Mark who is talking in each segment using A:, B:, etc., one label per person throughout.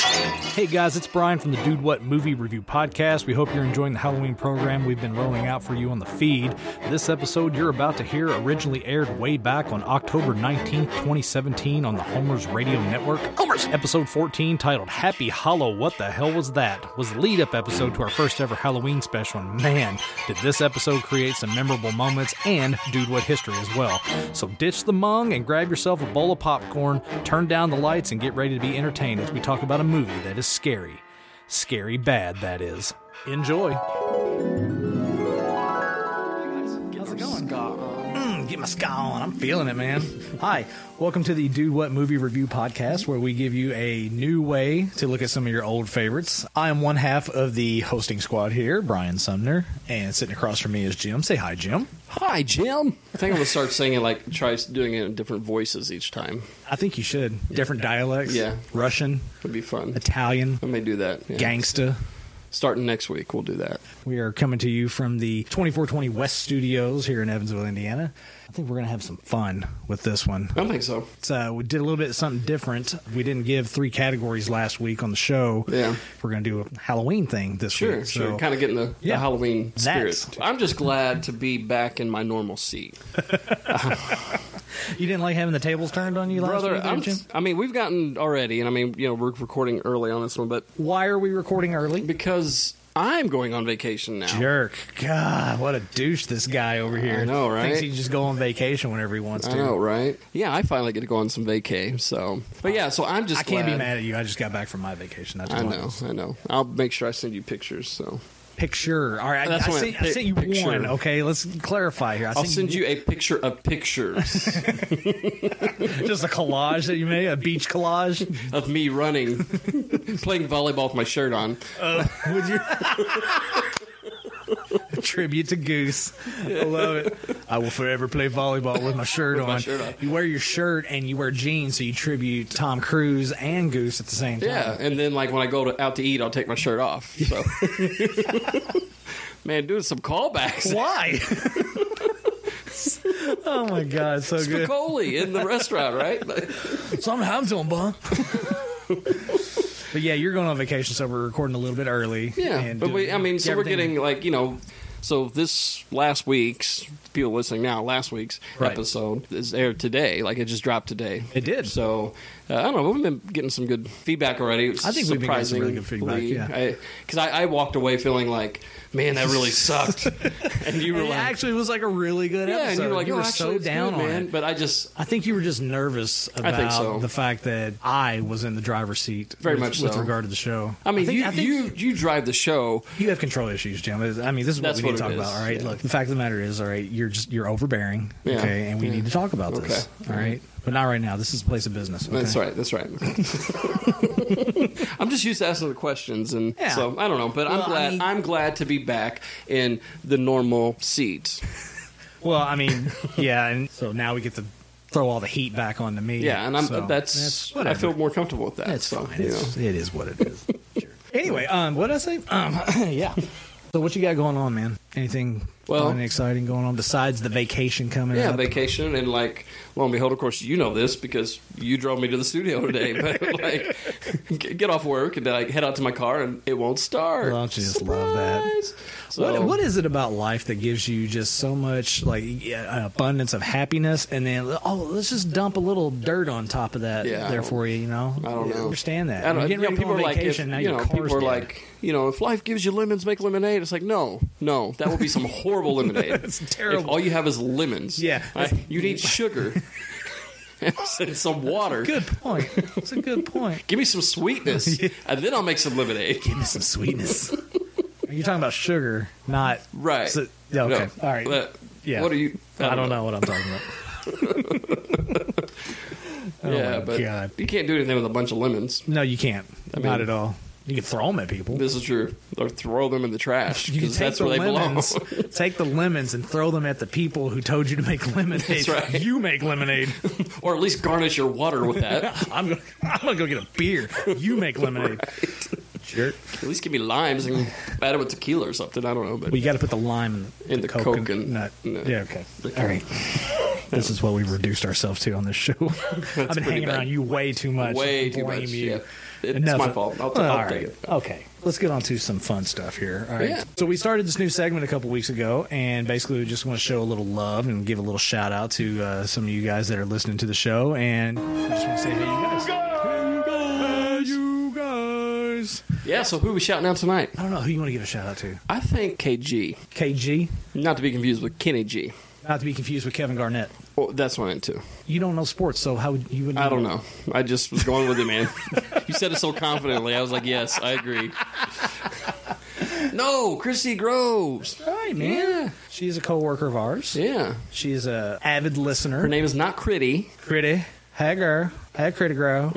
A: Hey guys, it's Brian from the Dude What Movie Review Podcast. We hope you're enjoying the Halloween program we've been rolling out for you on the feed. This episode you're about to hear originally aired way back on October 19th, 2017 on the Homer's Radio Network. Homer's! Episode 14, titled Happy Hollow What the Hell Was That? was the lead up episode to our first ever Halloween special. And man, did this episode create some memorable moments and Dude What history as well. So ditch the mung and grab yourself a bowl of popcorn, turn down the lights, and get ready to be entertained as we talk about a movie that is scary. Scary bad, that is. Enjoy.
B: How's it going?
A: Get my ska on. I'm feeling it, man. Hi. Welcome to the Dude What Movie Review Podcast, where we give you a new way to look at some of your old favorites. I am one half of the hosting squad here, Brian Sumner, and sitting across from me is Jim. Say hi, Jim.
B: Hi, Jim.
C: I think I'm gonna start singing like try doing it in different voices each time.
A: I think you should. Different dialects.
C: Yeah.
A: Russian,
C: It'd be fun.
A: Italian,
C: I may do that. yeah.
A: gangsta.
C: Starting next week, we'll do that.
A: We are coming to you from the 2420 West Studios here in Evansville, Indiana. I think we're going to have some fun with this one.
C: I don't think so.
A: It's, uh, we did a little bit of something different. We didn't give three categories last week on the show.
C: Yeah.
A: We're going to do a Halloween thing this
C: Sure,
A: week.
C: sure.
A: so-
C: Kind of getting the,
A: Yeah.
C: the Halloween
A: That's-
C: spirit. I'm just glad to be back in my normal seat,
A: You didn't like having the tables turned on you last
C: brother.
A: week, there,
C: I'm,
A: Jim?
C: I mean, we've gotten already, and I mean, you know, we're recording early on this one, but
A: Why are we recording early?
C: because I'm going on vacation now.
A: Jerk. God, what a douche this guy over here.
C: I know, right?
A: Thinks he can just go on vacation whenever he wants to.
C: I know, right? Yeah, I finally get to go on some vacay. So, but yeah, so I'm just.
A: I can't be
C: glad.
A: mad at you. I just got back from my vacation. That's
C: I
A: why.
C: know, I know. I'll make sure I send you pictures. So
A: Picture. All right. I, I,
C: That's what I
A: sent, I
C: pic-
A: sent you
C: picture.
A: one. Okay. Let's clarify here. I
C: I'll send you a picture of pictures.
A: just a collage that you made, a beach collage.
C: of me running, playing volleyball with my shirt on.
A: Would you? Tribute to Goose. I love it. I will forever play volleyball with my shirt,
C: my
A: on.
C: shirt on.
A: You wear your shirt and you wear jeans, so you tribute Tom Cruise and Goose at the same time.
C: Yeah, and then like when I go to, out to eat, I'll take my shirt off. So, man, doing some callbacks.
A: Why? oh my God, so good.
C: Spicoli in the restaurant, right?
A: Sometimes on bun. But yeah, you're going on vacation, so we're recording a little bit early.
C: yeah,
A: and
C: but we,
A: doing
C: I mean, so we're
A: everything-
C: getting like you know. So this last week's people listening now, last week's
A: Right.
C: episode is aired today. Like it just dropped today.
A: It did.
C: So uh, I don't know. We've been getting some good feedback already.
A: I think we've been getting some really good feedback, yeah.
C: because I, I, walked away feeling like, man, that really sucked. and you were
A: It
C: like,
A: actually was like a really good
C: yeah,
A: episode.
C: and you were like, "No, actually,
A: so
C: it's
A: down
C: good,
A: on
C: man.
A: it.
C: But I just
A: I think you were just nervous about
C: think so.
A: the fact that I was in the driver's seat.
C: Very
A: with,
C: much
A: with
C: so.
A: regard to the show.
C: I mean,
A: think-
C: you,
A: think
C: you you drive the show.
A: you have control issues, Jim. I mean, this is what we
C: That's
A: need to
C: what
A: talk
C: it
A: about.
C: is,
A: All right,
C: yeah.
A: look, the fact of the matter is, all right, you're just you're overbearing.
C: Yeah,
A: Okay, and we
C: yeah.
A: need to talk about this.
C: Okay.
A: All right, but not right now. This is a place of business. Okay?
C: That's right. That's right. I'm just used to asking the questions, and
A: Yeah.
C: so I don't know. But
A: Well, I
C: I'm glad.
A: mean-
C: I'm glad to be back in the normal seat.
A: Well, I mean, yeah, and so now we get to throw all the heat back onto me.
C: Yeah, and I'm
A: so
C: that's. I
A: whatever.
C: feel more comfortable with that.
A: That's
C: so,
A: fine.
C: you
A: It's,
C: know.
A: it is what it is. Sure. Anyway, um, what did I say? Um, yeah. So what you got going on, man? Anything
C: Well-
A: fun and exciting going on besides the vacation coming
C: Yeah,
A: up?
C: vacation and like lo and behold, of course you know this because you drove me to the studio today. But like, g- get off work and like head out to my car and it won't start.
A: Don't you just love that?
C: Surprise! So-
A: What, what is it about life that gives you just so much like yeah, an abundance of happiness, and then oh, let's just dump a little dirt on top of that
C: Yeah, I
A: there
C: don't-
A: for you? You know,
C: I don't know.
A: understand that.
C: I
A: You're
C: don't, you
A: getting
C: know,
A: ready to go
C: people are
A: on
C: like, if,
A: vacation, now
C: you
A: your
C: know,
A: car's
C: people are
A: dead.
C: like, you know, if life gives you lemons, make lemonade. It's like, no, no, that would be some horrible lemonade.
A: It's terrible.
C: If all you have is lemons,
A: Yeah.
C: I- you need sugar and some water.
A: good point. It's a good point.
C: Give me some sweetness, and then I'll make some lemonade.
A: Give me some sweetness. You're talking about sugar, not
C: Right?
A: So- yeah, okay.
C: No.
A: All right.
C: But
A: Yeah.
C: What are you?
A: I don't know what I'm talking about.
C: yeah,
A: Oh my
C: but
A: God.
C: you can't do anything with a bunch of lemons.
A: No, you can't.
C: I
A: Not
C: mean-
A: at all. You can throw them at people.
C: This is true. Or throw them in the trash
A: You can
C: because
A: take
C: that's
A: the
C: where they
A: lemons,
C: belong.
A: take the lemons and throw them at the people who told you to make lemonade.
C: That's right.
A: You make lemonade.
C: or at least garnish your water with that.
A: I'm gonna, I'm gonna go get a beer. You make lemonade. Jerk.
C: At least give me limes and batter with tequila or something. I don't know, but
A: Well, you got to put the lime in the,
C: In the coke and-
A: nut.
C: no.
A: Yeah. Okay.
C: The-
A: All right. This is what we've reduced ourselves to on this show. I've been
C: pretty
A: hanging
C: bad.
A: around you way too much.
C: way
A: I
C: too
A: blame
C: much.
A: you.
C: yeah. It's
A: Enough
C: my
A: of-
C: fault. I'll, t-
A: Well,
C: I'll
A: all right.
C: take it.
A: Okay, let's get on to some fun stuff here. All right.
C: Yeah.
A: So we started this new segment a couple weeks ago, and basically we just want to show a little love and give a little shout out to uh, some of you guys that are listening to the show, and we just want to say hey, you guys.
C: Yeah, so who we shouting out tonight?
A: I don't know who you want to give a shout out to.
C: I think KG.
A: KG,
C: Not to be confused with Kenny G.
A: not to be confused with Kevin Garnett.
C: Well, that's what I'm into.
A: You don't know sports, so how would you? Would
C: I don't know. I just was going with it, man. you said it so confidently. I was like, yes, I agree. no, Christy Groves.
A: All right, man.
C: Yeah.
A: She's a coworker of ours.
C: Yeah.
A: She's a avid listener.
C: Her name is not Critty.
A: Critty. Hey, girl. Hey, Critty girl.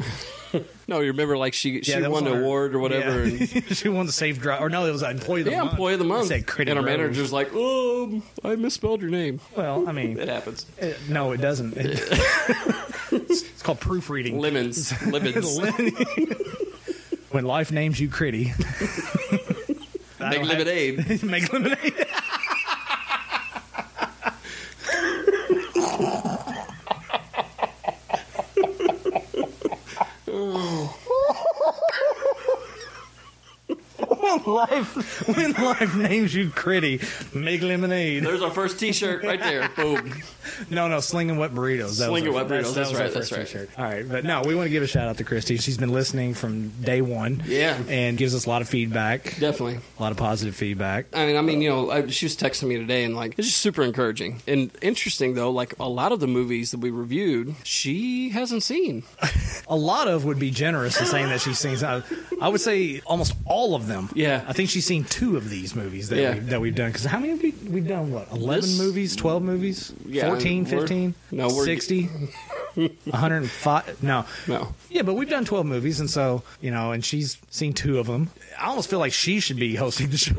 C: No, you remember, like, she, she
A: Yeah, that was
C: won an
A: on her-
C: award or whatever.
A: Yeah.
C: And,
A: she won the safe drive, or no, it was employee of the
C: yeah,
A: month.
C: employee of the
A: I
C: month.
A: said Critty
C: and our
A: Rose.
C: manager's like, um, I misspelled your name.
A: Well, I mean,
C: It happens.
A: eh, no, it doesn't. It- it's called proofreading.
C: Lemons. Lemons.
A: when life names you Critty, I
C: Make
A: don't have-
C: lemonade.
A: make lemonade. When life, when life names you Critty, make lemonade.
C: There's our first T-shirt right there. Boom.
A: No, no, slinging wet burritos. That was
C: Slinging
A: our-
C: Wet Burritos, that's
A: was
C: right,
A: our
C: that's
A: first
C: right.
A: T-shirt. All right, but no, we want to give a shout out to Christy. She's been listening from day one.
C: Yeah.
A: and gives us a lot of feedback,
C: Definitely.
A: a lot of positive feedback.
C: I mean, I mean, you know, I, she was texting me today, and like, it's just super encouraging and interesting. Though, like, a lot of the movies that we reviewed, she hasn't seen.
A: A lot of would be generous in saying that she's seen. some- I would say almost all of them.
C: Yeah.
A: I think she's seen two of these movies that
C: Yeah.
A: we, that we've done. Because how many have we, we've done? What eleven
C: This-
A: movies, twelve movies,
C: Yeah,
A: fourteen,
C: we're-
A: fifteen,
C: no, we're-
A: sixty, one hundred and five. No,
C: No,
A: Yeah, but we've done 12 movies, and so, you know, and she's seen two of them. I almost feel like she should be hosting the show.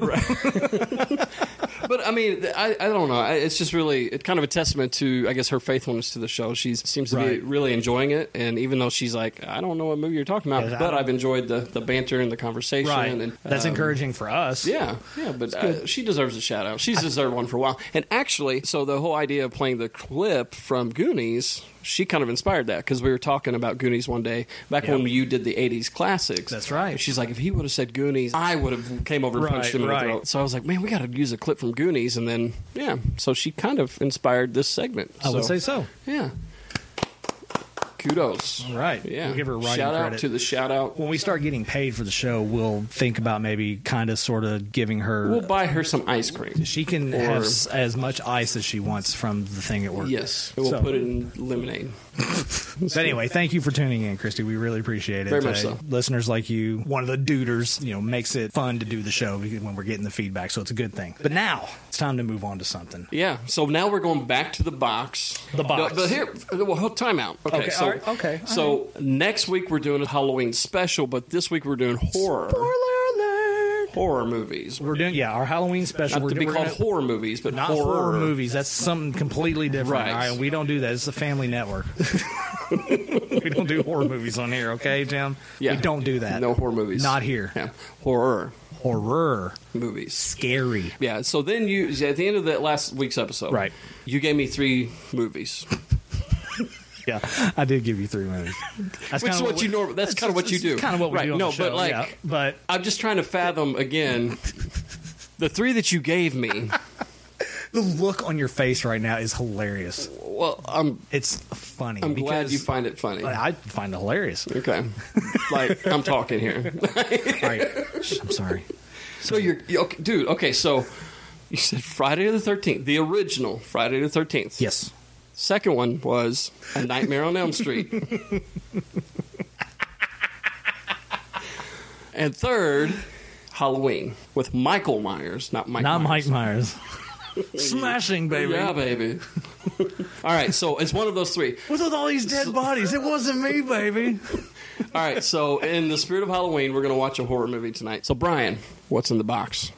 C: but I mean, th- I, I don't know. I, it's just really, it's kind of a testament to, I guess, her faithfulness to the show. She seems to
A: Right.
C: be really enjoying it, and even though she's like, I don't know what movie you're talking about,
A: Yeah, I
C: but
A: don't-
C: I've enjoyed the the banter and the conversation. And,
A: That's
C: um,
A: encouraging for us.
C: Yeah, yeah, but uh, she deserves a shout out. She's deserved one for a while. And actually, so the whole idea of playing the clip from Goonies, she kind of inspired that because we were talking about Goonies one day back
A: Yeah.
C: when you did the '80s classics.
A: That's right.
C: And she's like, if he would have said Goonies, I would have came over and
A: Right,
C: punched him in
A: right.
C: the throat. So I was like, man, we got to use a clip from Goonies, and then yeah. So she kind of inspired this segment.
A: I would
C: so,
A: say so.
C: Yeah. Kudos.
A: All right.
C: Yeah.
A: We'll give her writing
C: shout
A: credit.
C: out to the shout out.
A: When we start getting paid for the show, we'll think about maybe kind of sort of giving her.
C: We'll buy her some ice cream.
A: she can
C: or-
A: have s- as much ice as she wants from the thing at work.
C: Yes, and we'll
A: So-
C: put it in lemonade.
A: But anyway, thank you for tuning in, Christy. We really appreciate it.
C: Very much
A: Uh,
C: so.
A: Listeners like you, one of the duders, you know, makes it fun to do the show because- when we're getting the feedback, so it's a good thing. But now it's time to move on to something.
C: Yeah. So now we're going back to the box.
A: The box.
C: No, but here, well, hold- time out. Okay.
A: Okay,
C: so,
A: all right, okay, all
C: So next week we're doing a Halloween special, but this week we're doing horror. Horror movies.
A: We're doing yeah, our Halloween special.
C: Not
A: we're
C: to be
A: we're
C: called
A: gonna-
C: horror movies, but
A: not horror. movies. That's something completely different.
C: Right.
A: All right, we don't do that. It's the Family Network. we don't do horror movies on here. Okay, Tim.
C: Yeah.
A: We don't do that.
C: No horror movies.
A: Not here.
C: Yeah. Horror
A: Horror,
C: movies.
A: scary.
C: Yeah. So then you at the end of that last week's episode,
A: Right.
C: You gave me three movies,
A: Yeah, I did give you three movies. That's
C: which is
A: kinda
C: what you
A: we-
C: norm. That's kind of what you do.
A: Kind of what we
C: right.
A: do. On
C: no,
A: the show.
C: but like.
A: yeah. but
C: I'm just trying to fathom again the three that you gave me.
A: the look on your face right now is hilarious.
C: Well, I'm
A: It's funny.
C: I'm glad
A: because
C: you find it funny.
A: I find it hilarious.
C: Okay, like I'm talking here.
A: All right. Shh, I'm sorry.
C: so you're, you okay, dude. Okay, so you said Friday the Thirteenth, the original Friday the Thirteenth.
A: Yes.
C: Second one was A Nightmare on Elm Street. and third, Halloween with Michael Myers, not Mike.
A: Not
C: Myers.
A: Mike Myers. Smashing, baby.
C: Yeah, baby. All right, so it's one of those three.
A: What's with all these dead bodies? It wasn't me, baby.
C: All right, so in the spirit of Halloween, we're going to watch a horror movie tonight. So, Brian, what's in the box?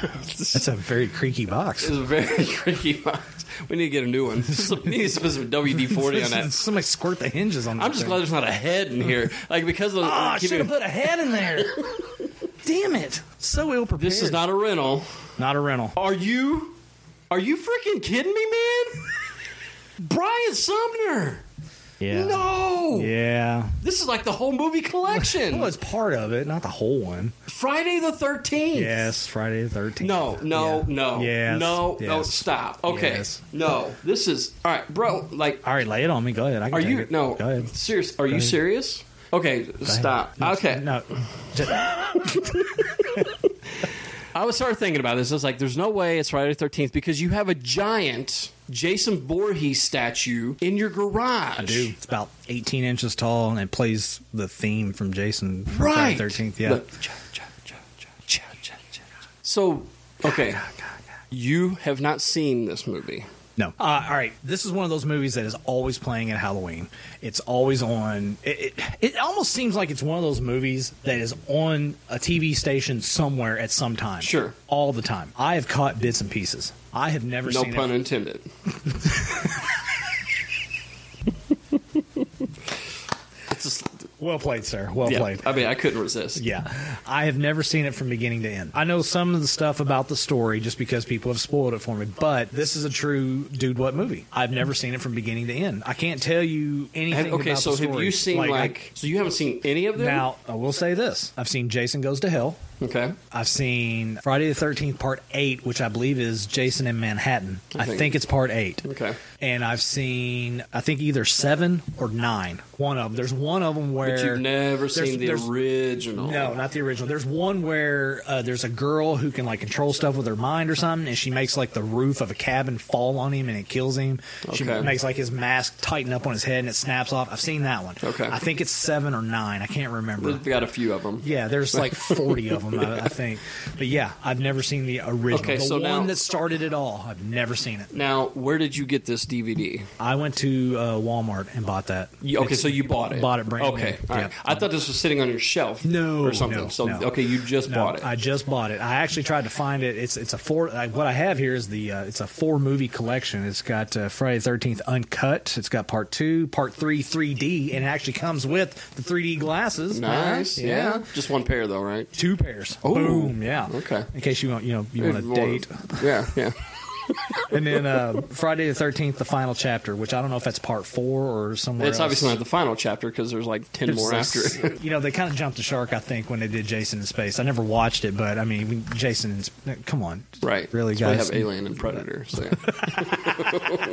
A: That's a very creaky box.
C: It's a very tricky box. We need to get a new one. We need to put some WD 40 on that.
A: Somebody squirt the hinges on that.
C: I'm just glad there's not a head in here. Like, because of the.
A: Oh, I
C: keep
A: should have
C: it-
A: put a head in there. Damn it. So ill prepared.
C: this is not a rental.
A: not a rental.
C: Are you. Are you freaking kidding me, man? Brian Sumner.
A: Yeah.
C: No.
A: Yeah.
C: This is like the whole movie collection.
A: Well, it's part of it, not the whole one.
C: Friday the 13th.
A: Yes, Friday the 13th.
C: No, no,
A: Yeah.
C: no.
A: Yes,
C: No, no,
A: yes.
C: stop. Okay.
A: Yes.
C: No. This is All right, bro, like
A: All right, lay it on me. Go ahead. I can
C: are
A: take
C: you
A: it.
C: no.
A: Go ahead.
C: Serious. Are you
A: ahead.
C: serious? Okay, stop.
A: No,
C: okay.
A: No.
C: I was started thinking about this. I was like, there's no way it's Friday the 13th because you have a giant Jason Voorhees statue in your garage.
A: I do. It's about 18 inches tall, and it plays the theme from Jason from
C: Right.
A: Friday the 13th. Yeah.
C: Look. So, okay. You have not seen this movie.
A: No. Uh, all right. This is one of those movies that is always playing at Halloween. It's always on. It, it, it almost seems like it's one of those movies that is on a TV station somewhere at some time.
C: Sure.
A: All the time. I have caught bits and pieces. I have never
C: No
A: seen
C: pun
A: it.
C: intended. it's just,
A: Well played, sir. Well
C: yeah,
A: played.
C: I mean, I couldn't resist.
A: Yeah, I have never seen it from beginning to end. I know some of the stuff about the story just because people have spoiled it for me, but this is a true dude what movie. I've never seen it from beginning to end. I can't tell you anything.
C: Have- okay,
A: about
C: so
A: the
C: have
A: story.
C: you seen like,
A: I-
C: so you haven't seen any of them?
A: now? I will say this: I've seen Jason Goes to Hell.
C: okay.
A: I've seen Friday the Thirteenth Part Eight, which I believe is Jason in Manhattan. I
C: think-
A: think it's Part Eight.
C: Okay.
A: And I've seen, I think either seven or nine. One of them. There's one of them where
C: But you've never
A: there's-
C: seen the
A: there's-
C: original.
A: no, not the original. There's one where uh, there's a girl who can like control stuff with her mind or something, and she makes like the roof of a cabin fall on him and it kills him. She
C: Okay.
A: makes like his mask tighten up on his head and it snaps off. I've seen that one.
C: Okay.
A: I think it's seven or nine. I can't remember.
C: We've got a few of them.
A: yeah, there's like 40 of them, I, I think. But yeah, I've never seen the original.
C: Okay,
A: the
C: so
A: one
C: now-
A: that started it all, I've never seen it.
C: Now, where did you get this DVD?
A: I went to uh, Walmart and bought that.
C: You, okay,
A: It's-
C: so you bought it.
A: Bought it brand
C: Okay,
A: new.
C: all right.
A: Yep.
C: I thought this was sitting on your shelf,
A: No,
C: or something.
A: no,
C: so
A: no.
C: okay, you just
A: No,
C: bought it.
A: I just bought it. I actually tried to find it. It's it's a four. Like, what I have here is the uh, it's a four movie collection. It's got uh, Friday the Thirteenth uncut. It's got part two, part three, three D, and it actually comes with the three D glasses.
C: nice.
A: Uh,
C: Yeah. just one pair though, right?
A: Two pairs.
C: Oh,
A: Boom. Yeah.
C: okay.
A: In case you want, you know, you
C: Good
A: want a
C: Lord.
A: date.
C: Yeah, yeah.
A: And then uh, Friday the Thirteenth, the final chapter, which I don't know if that's part four or somewhere.
C: It's
A: else.
C: obviously not the final chapter because there's like ten more after it.
A: you know, they kind of jumped the shark, I think, when they did Jason in Space. I never watched it, but I mean, when Jason in Sp- come on.
C: Right.
A: Really,
C: That's why
A: guys.
C: We have Alien and Predator. So yeah. All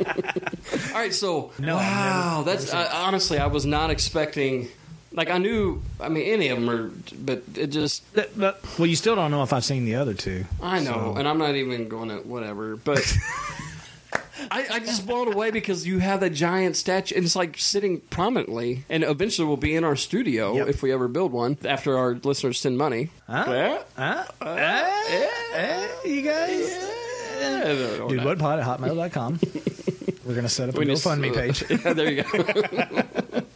C: right. So
A: No,
C: wow, that's I, honestly, I was not expecting. Like I knew, I mean, any of them are, but it just
A: That- that- well, you still don't know if I've seen the other two.
C: I know,
A: So-
C: and I'm not even going to whatever, but. I, I just blown away because you have that giant statue, and it's like sitting prominently, and eventually will be in our studio
A: Yep.
C: if we ever build one after our listeners send money.
A: Huh?
C: Yeah.
A: Huh? Eh? Eh? you guys.
C: Uh, Yeah,
A: Eh?
C: no, no,
A: Dude,
C: no.
A: Woodpod at hotmail.com. We're going to set up a
C: We just- uh,
A: GoFundMe page.
C: Yeah, there you go.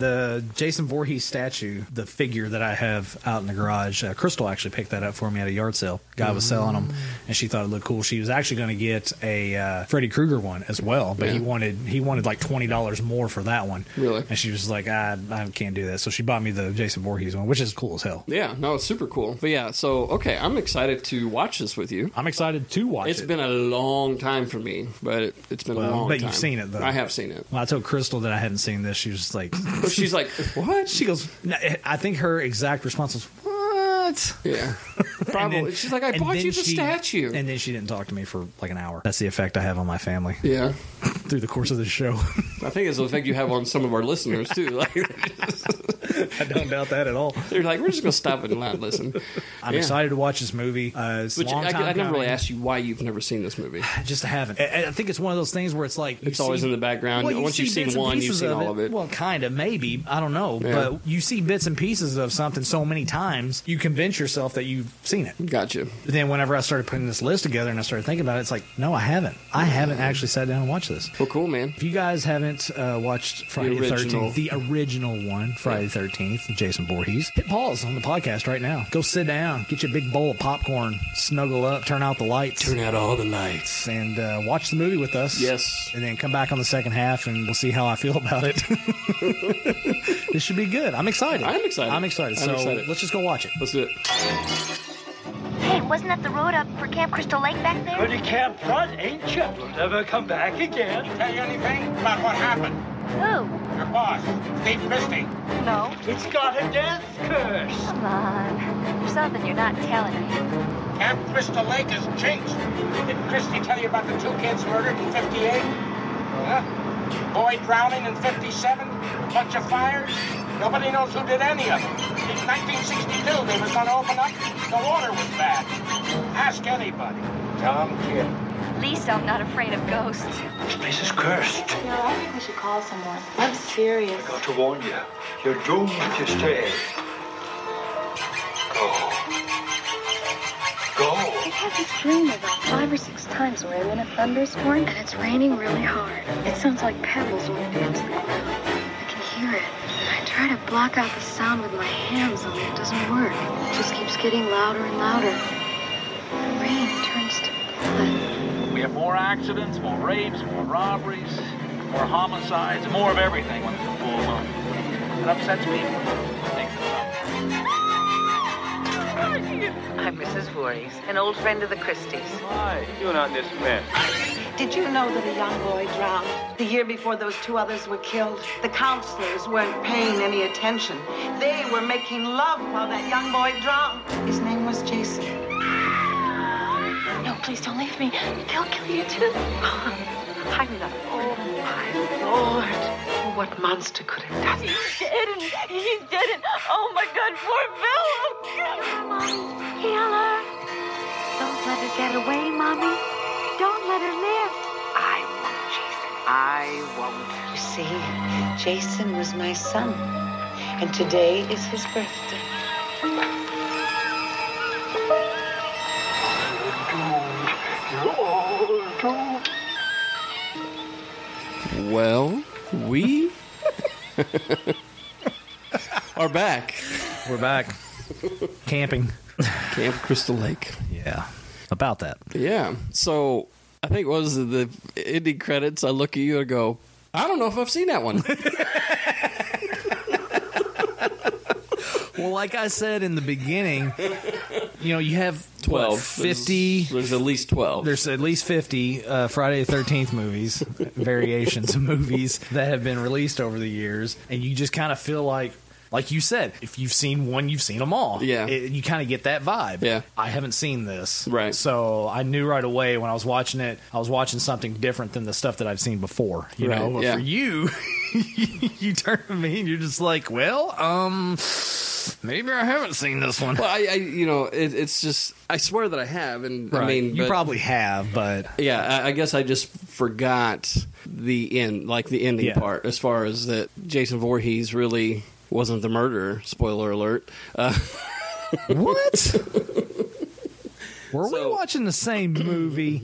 A: The Jason Voorhees statue, the figure that I have out in the garage, uh, Crystal actually picked that up for me at a yard sale. Guy was selling them, and she thought it looked cool. She was actually going to get a uh, Freddy Krueger one as well, but he
C: Yeah.
A: wanted he wanted like twenty dollars more for that one.
C: Really?
A: And she was like, I, I can't do that. So she bought me the Jason Voorhees one, which is cool as hell.
C: Yeah, no, it's super cool. But yeah, so okay, I'm excited to watch this with you.
A: I'm excited to watch
C: It's
A: it.
C: been a long time for me, but it, it's been
A: Well,
C: a long
A: but
C: time.
A: you've seen it, though.
C: I have seen it.
A: when I told Crystal that I hadn't seen this, she was just like,
C: She's like, "What?"
A: she goes, "No," I think her exact response was, what?
C: yeah,
A: And
C: probably.
A: then-
C: She's like, "I
A: and
C: bought
A: then
C: you the
A: she-
C: statue."
A: And then she didn't talk to me for like an hour. That's the effect I have on my family
C: yeah,
A: through the course of this show.
C: I think it's the effect you have on some of our listeners too. Like,
A: I don't doubt that at all.
C: they're like, "We're just gonna stop it and not listen."
A: I'm
C: Yeah.
A: excited to watch this movie. Uh, it's a
C: Which
A: long
C: I, I
A: time
C: never really
A: coming.
C: asked you why you've never seen this movie.
A: I just haven't. I, I think it's one of those things where it's like you
C: It's always in the background.
A: Well, you
C: Once
A: see
C: you've seen
A: bits and
C: one, you've
A: pieces
C: seen all of it.
A: Well, kind of, maybe. I don't know.
C: Yeah.
A: But you see bits and pieces of something so many times, you convince yourself that you've seen it.
C: Gotcha.
A: But then, whenever I started putting this list together and I started thinking about it, it's like, no, I haven't. I haven't actually sat down and watched this.
C: Well, cool, man.
A: If you guys haven't uh, watched Friday the
C: original.
A: 13th, the original one, Friday the 13th, Jason Voorhees, hit pause on the podcast right now. Go sit down, get you a big bowl of popcorn, snuggle up, turn out the lights,
C: out all the lights.
A: and uh, watch the movie with us.
C: Yes.
A: And then come back on the second half and we'll see how I feel about it. this should be good. I'm excited.
C: I'm excited.
A: I'm excited.
C: I'm
A: so
C: excited.
A: let's just go watch it.
C: Let's do it.
D: Hey, Wasn't that the road up for Camp Crystal Lake back there?
E: But you can't flood, ain't you? You'll never come back again.
F: Tell you anything about what happened?
D: Who?
F: Your boss, Steve Christie.
D: No.
E: It's got a death curse.
D: Come on. There's something you're not telling me.
F: Camp Crystal Lake is jinxed. Did Christie tell you about the two kids murdered in 58? Huh? Boy drowning in 57? A bunch of fires? Nobody knows who did any of them. In 1962, they was going to open up. The water was bad. Ask anybody. Tom Kid.
D: At least I'm not afraid of ghosts.
E: This place is cursed.
G: No, I think we should call someone. I'm serious.
E: Got to warn you, you're doomed if you stay. Go. Go.
G: We've had this dream about five or six times where I'm in a thunderstorm and it's raining really hard. It sounds like pebbles when it hits the ground. I can hear it. I try to block out the sound with my hands, only it doesn't work. It just keeps getting louder and louder. The rain turns to blood.
H: We have more accidents, more rapes, more robberies, more homicides, more of everything when it's a full moon. It upsets people. It Makes them up.
I: I'm Mrs. Voorhees, an old friend of the Christies.
H: Hi, you're not this mess.
J: Did you know that a young boy drowned? The year before those two others were killed, the counselors weren't paying any attention. They were making love while that young boy drowned. His name was Jason.
G: No, please don't leave me. They'll kill you too.
I: I'm not. Oh, my
G: Oh,
I: lord. What monster could have done this?
D: Mommy, heal her. Don't let her get away, Mommy. Don't let her live.
I: I won't, Jason. I won't.
J: You see, Jason was my son, and today is his birthday.
C: Well, we are back.
A: We're back. Camping.
C: Camp Crystal Lake.
A: Yeah. About that.
C: Yeah. So I think what was it, the ending credits? I look at you and go, I don't know if I've seen that one.
A: Well, like I said in the beginning, you know, you have what,
C: Twelve,
A: 50
C: There's, there's at least twelve.
A: there's at least 50 uh, Friday the 13th movies, variations of movies that have been released over the years. And you just kind of feel like, like you said, if you've seen one, you've seen them all.
C: Yeah.
A: It- you kind of get that vibe.
C: Yeah.
A: I haven't seen this.
C: Right.
A: So I knew right away when I was watching it, I was watching something different than the stuff that I've seen before. You
C: Right,
A: know, but
C: yeah.
A: for you, you turn to me and you're just like, well, um, maybe I haven't seen this one.
C: well, I, I you know, it, it's just I swear that I have, and I
A: Right.
C: mean,
A: you
C: but-
A: probably have, but
C: Yeah, I, I guess I just forgot the end, like the ending
A: Yeah.
C: part, as far as that Jason Voorhees really wasn't the murderer. Spoiler alert. Uh,
A: What? Were we
C: So-
A: watching the same movie?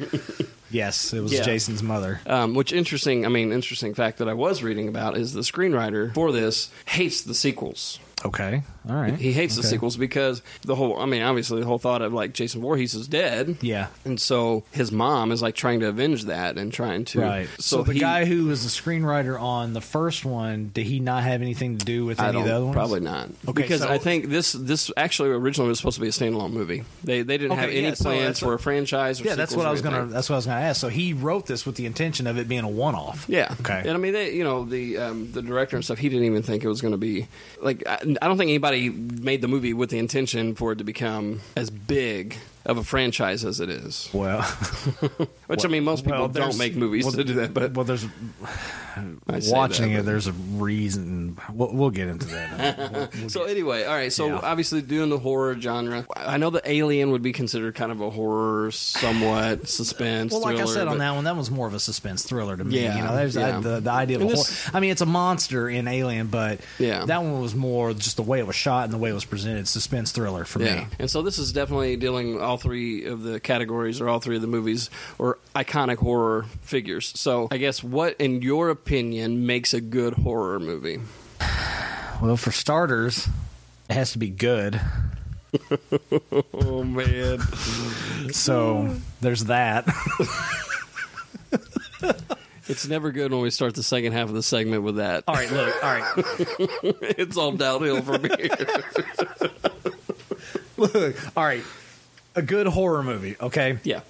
A: yes, it was
C: Yeah.
A: Jason's mother.
C: um, which interesting, I mean, interesting fact that I was reading about is the screenwriter for this hates the sequels.
A: Okay, all right.
C: He hates the
A: Okay.
C: sequels because the whole, I mean, obviously the whole thought of like Jason Voorhees is dead.
A: Yeah.
C: And so his mom is like trying to avenge that and trying to.
A: Right. So, the
C: he-
A: guy who was the screenwriter on the first one, did he not have anything to do with
C: I
A: any of the other
C: don't,
A: ones?
C: probably not.
A: Okay,
C: because
A: so-
C: I think this this actually originally was supposed to be a standalone movie. They they didn't
A: Okay,
C: have any
A: yeah, so
C: plans
A: that's
C: for
A: what-
C: a franchise. Or
A: Yeah, that's
C: sequels
A: what
C: or
A: I was gonna.
C: anything.
A: That's what I was gonna ask. So he wrote this with the intention of it being a one-off.
C: Yeah.
A: Okay.
C: And I mean, they, you know, the um, the director and stuff. He didn't even think it was going to be like. I, I don't think anybody made the movie with the intention for it to become as big of a franchise as it is.
A: Well,
C: Which I mean, most people
A: well,
C: don't
A: there's-
C: make movies
A: well,
C: to do that. But
A: well, there's
C: I say
A: watching it.
C: that, but-
A: There's a reason. We'll, we'll get into that. We'll- we'll
C: So
A: get-
C: anyway, all right. So
A: Yeah.
C: obviously, doing the horror genre, I know that Alien would be considered kind of a horror, somewhat suspense.
A: Well, like I
C: thriller,
A: said on
C: but-
A: that one, that was more of a suspense thriller to me.
C: Yeah,
A: you know, there's
C: yeah.
A: I, the the idea of a
C: And
A: horror.
C: this-
A: I mean, it's a monster in Alien, but
C: Yeah.
A: that one was more just the way it was shot and the way it was presented. Suspense thriller for
C: Yeah,
A: me.
C: and so this is definitely dealing all three of the categories or all three of the movies or iconic horror figures. So I guess what, in your opinion, makes a good horror movie?
A: Well, for starters, it has to be good.
C: Oh man, Mm-hmm.
A: So there's that.
C: it's never good when we start the second half of the segment with that.
A: all right, look, all right,
C: it's all downhill from here.
A: look, all right. a good horror movie, okay?
C: Yeah.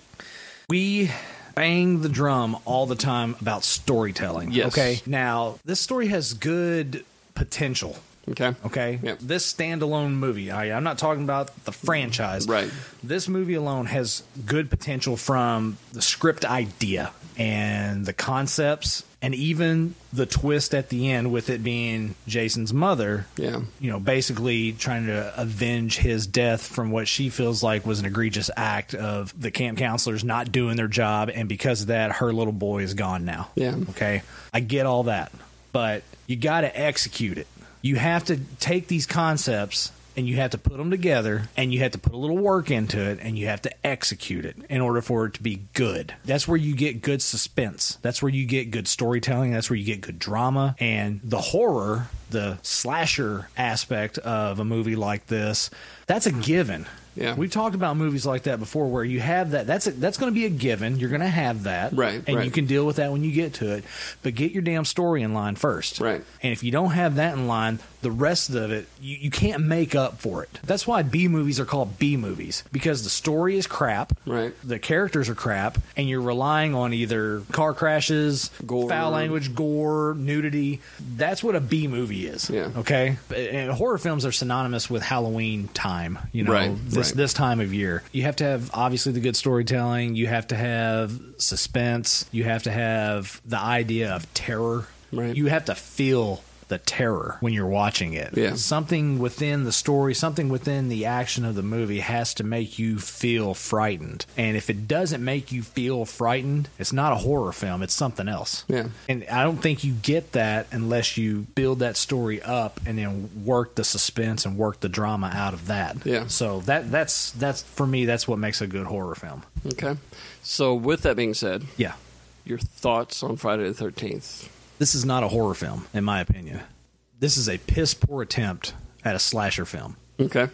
A: We bang the drum all the time about storytelling.
C: Yes.
A: Okay. Now, this story has good potential.
C: Okay.
A: Okay. This standalone movie, I, I'm not talking about the franchise.
C: Right.
A: This movie alone has good potential from the script idea and the concepts and even the twist at the end with it being Jason's mother.
C: Yeah.
A: You know, basically trying to avenge his death from what she feels like was an egregious act of the camp counselors not doing their job. And because of that, her little boy is gone now.
C: Yeah.
A: Okay. I get all that, but you got to execute it. You have to take these concepts and you have to put them together and you have to put a little work into it and you have to execute it in order for it to be good. That's where you get good suspense. That's where you get good storytelling. That's where you get good drama and the horror, the slasher aspect of a movie like this. That's a given.
C: Yeah.
A: We've talked about movies like that before where you have that that's a, that's going to be a given. You're going to have that.
C: Right,
A: And you
C: right.
A: can deal with that when you get to it, but get your damn story in line first.
C: Right.
A: And if you don't have that in line, the rest of it, you, you can't make up for it. That's why B movies are called B movies because the story is crap.
C: Right.
A: The characters are crap, and you're relying on either car crashes,
C: Gore.
A: foul language, gore, nudity. That's what a B movie is.
C: Yeah.
A: Okay. And horror films are synonymous with Halloween time. You know,
C: Right,
A: this
C: right.
A: this time of year. You have to have obviously the good storytelling. You have to have suspense. You have to have the idea of terror.
C: Right.
A: You have to feel the terror when you're watching it.
C: Yeah.
A: Something within the story, something within the action of the movie has to make you feel frightened. And if it doesn't make you feel frightened, it's not a horror film, it's something else.
C: Yeah.
A: And I don't think you get that unless you build that story up and then work the suspense and work the drama out of that.
C: Yeah.
A: So that that's that's for me that's what makes a good horror film.
C: Okay. So with that being said,
A: Yeah.
C: your thoughts on Friday the Thirteenth?
A: This is not a horror film in my opinion. This is a piss poor attempt at a slasher film.
C: Okay.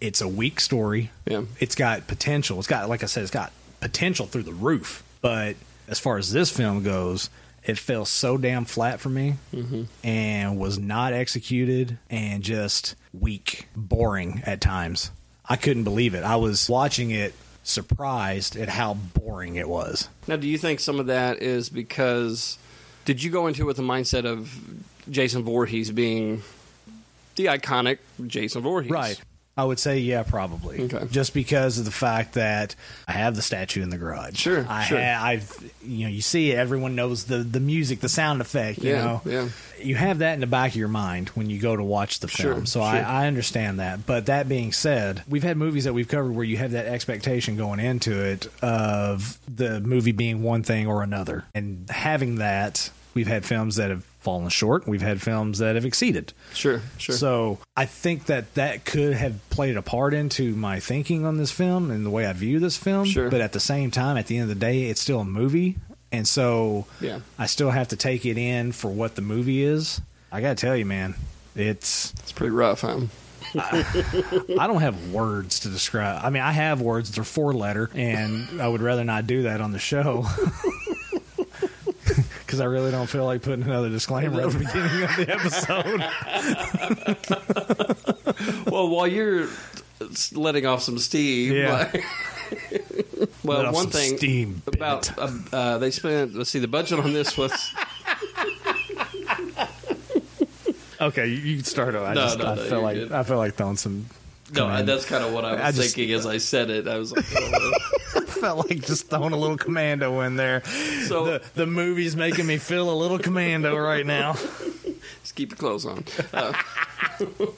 A: It's a weak story.
C: Yeah.
A: It's got potential. It's got like I said it's got potential through the roof, but as far as this film goes, it fell so damn flat for me.
C: Mm-hmm.
A: and was not executed and just weak, boring at times. I couldn't believe it. I was watching it surprised at how boring it was.
C: Now, do you think some of that is because did you go into it with the mindset of Jason Voorhees being the iconic Jason Voorhees?
A: I would say, yeah, probably.
C: Okay.
A: Just because of the fact that I have the statue in the garage.
C: Sure,
A: I
C: sure.
A: ha- I've, you know, you see it. Everyone knows the, the music, the sound effect, you
C: Yeah,
A: know.
C: yeah.
A: You have that in the back of your mind when you go to watch the
C: Sure,
A: film. so
C: sure.
A: I, I understand that. But that being said, we've had movies that we've covered where you have that expectation going into it of the movie being one thing or another. And having that, we've had films that have fallen short. We've had films that have exceeded.
C: Sure, sure.
A: So I think that that could have played a part into my thinking on this film and the way I view this film.
C: Sure.
A: But at the same time, at the end of the day, it's still a movie. And so
C: Yeah.
A: I still have to take it in for what the movie is. I got to tell you, man, it's.
C: it's pretty rough, huh?
A: I don't have words to describe. I mean, I have words. They're four letter, and I would rather not do that on the show because I really don't feel like putting another disclaimer at the beginning of the episode.
C: well, while you're letting off some steam,
A: Yeah. Let
C: well,
A: off
C: one
A: some
C: thing
A: steam,
C: about uh, uh, they spent. Let's see, the budget on this was.
A: Okay, you- you can start over. I
C: No,
A: just
C: no,
A: I
C: no,
A: feel
C: you're
A: like
C: good.
A: I feel like throwing some.
C: No,
A: command-
C: that's kind of what I was
A: I just-
C: thinking as I said it. I was like, oh,
A: I felt like just throwing a little commando in there.
C: So-
A: the, the movie's making me feel a little commando right now.
C: Just keep your clothes on. Uh,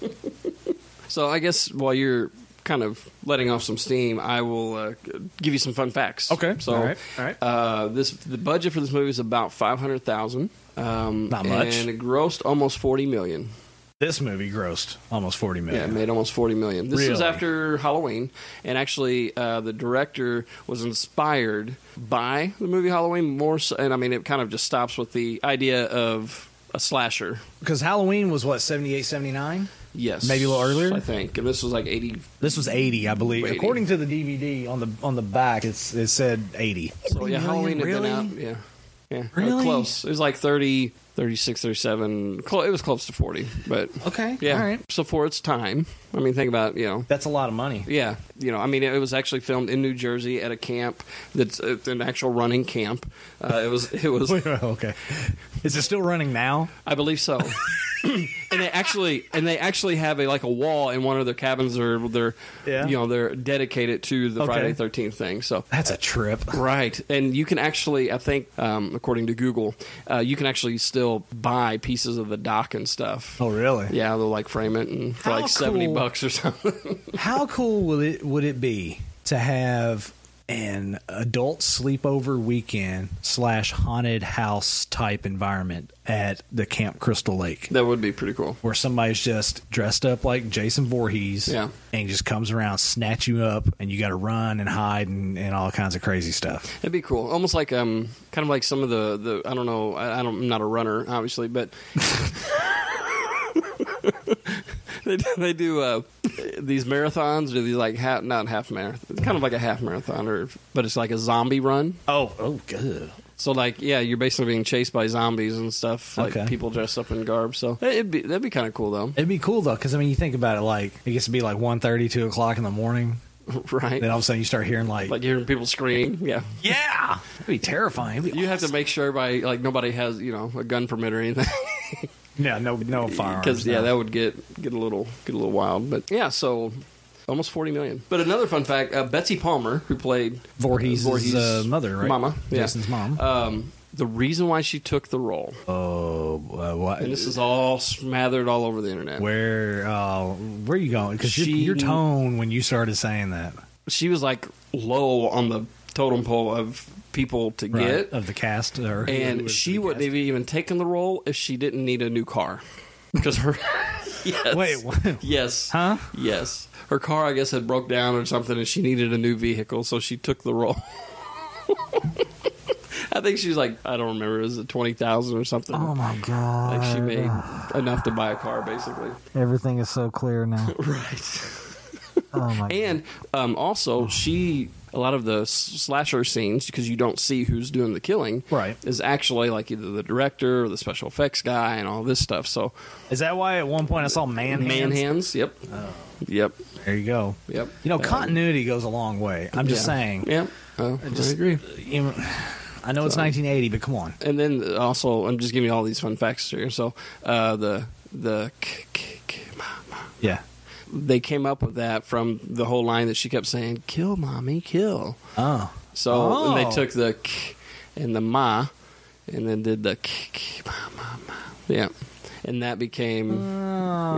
C: so I guess while you're kind of letting off some steam, I will uh, give you some fun facts.
A: Okay.
C: So,
A: All right. All right.
C: Uh, this the budget for this movie is about five hundred thousand. Um,
A: Not much.
C: And it grossed almost forty million.
A: This movie grossed almost forty
C: Yeah, it
A: million.
C: made almost forty million. This was
A: Really?
C: after Halloween, and actually, uh, the director was inspired by the movie Halloween more. So, and I mean, it kind of just stops with the idea of a slasher.
A: Because Halloween was what 78, 79?
C: Yes,
A: Maybe a little earlier?
C: I think. And this was like eighty
A: This was eighty, I believe.
C: 80.
A: According to the DVD on the on the back, it's it said eighty.
C: So yeah, Halloween had
A: really?
C: been out. Yeah, Yeah.
A: Really?
C: Close. It was like 30, 36, 37. Clo- it was close to 40. But
A: Okay.
C: yeah.
A: All right.
C: So for its time, I mean, think about, you know.
A: That's a lot of money.
C: Yeah. You know, I mean, it was actually filmed in New Jersey at a camp that's uh, an actual running camp. Uh, it was, it was,
A: okay. Is it still running now?
C: I believe so. and they actually and they actually have a like a wall in one of their cabins or their
A: Yeah.
C: you know they're dedicated to the
A: Okay.
C: Friday Thirteenth thing. So
A: That's a trip.
C: right, and you can actually I think um, according to Google, uh, you can actually still buy pieces of the dock and stuff.
A: Oh, really?
C: Yeah, they'll like frame it and for
A: How
C: like seventy
A: cool.
C: bucks or something.
A: How cool would it would it be to have an adult sleepover weekend slash haunted house type environment at the Camp Crystal Lake?
C: that would be pretty cool.
A: Where somebody's just dressed up like Jason Voorhees
C: Yeah.
A: and just comes around, snatch you up, and you got to run and hide and, and all kinds of crazy stuff.
C: It'd be cool, almost like um, kind of like some of the the I don't know, I, I don't, I'm not a runner, obviously, but they do- they do uh, these marathons or these like half, not half marathon, kind of like a half marathon, or but it's like a zombie run.
A: Oh, oh, good.
C: So like, yeah, you're basically being chased by zombies and stuff, like
A: Okay.
C: people dressed up in garb. So it'd be that'd be kind of cool though,
A: It'd be cool though, because I mean, you think about it, like it gets to be like 1.30, 2 o'clock in the morning.
C: right?
A: Then all of a sudden you start hearing like,
C: Like hearing people scream, yeah.
A: yeah, it'd be terrifying. It'd be
C: You have to make sure everybody, like nobody has, you know, a gun permit or anything.
A: Yeah, no, no firearms.
C: because yeah,
A: no.
C: that would get get a little get a little wild. But yeah, so almost forty million. But another fun fact: uh, Betsy Palmer, who played
A: Voorhees' uh, mother, right?
C: Mama, yeah.
A: Jason's mom.
C: Um, the reason why she took the role,
A: oh, uh, what?
C: and this is all smothered all over the internet.
A: where uh, where are you going? Because your,
C: She-
A: your tone when you started saying that,
C: She was like low on the totem pole of people to
A: right,
C: get,
A: of the cast, or who
C: and
A: was
C: she
A: the
C: wouldn't
A: cast?
C: have even taken the role if she didn't need a new car because her. Yes.
A: Wait, what?
C: Yes.
A: Huh?
C: Yes. Her car, I guess, had broke down or something, and she needed a new vehicle, so she took the role. I think she was like, I don't remember, was it twenty thousand or something?
A: Oh my god!
C: Like she made enough to buy a car, basically.
A: everything is so clear now.
C: Right.
A: Oh my!
C: And um, also, she a lot of the s- slasher scenes because you don't see who's doing the killing.
A: Right.
C: Is actually like either the director or the special effects guy and all this stuff. So
A: Is that why at one point I saw man
C: man
A: hands?
C: hands. Yep. Yep.
A: There you go.
C: Yep.
A: You know,
C: Um,
A: continuity goes a long way. I'm just
C: yeah.
A: saying.
C: Yep. Oh,
A: Just-
C: I agree.
A: you know, I know it's 1980, but come on.
C: and then uh, also I'm just giving you all these fun facts here. So uh, the the k- k- k- ma- ma-
A: Yeah.
C: they came up with that from the whole line that she kept saying, "Kill mommy, kill."
A: Oh.
C: So
A: Oh.
C: and they took the k and the ma, and then did the k- k- ma ma ma. Yeah, and that became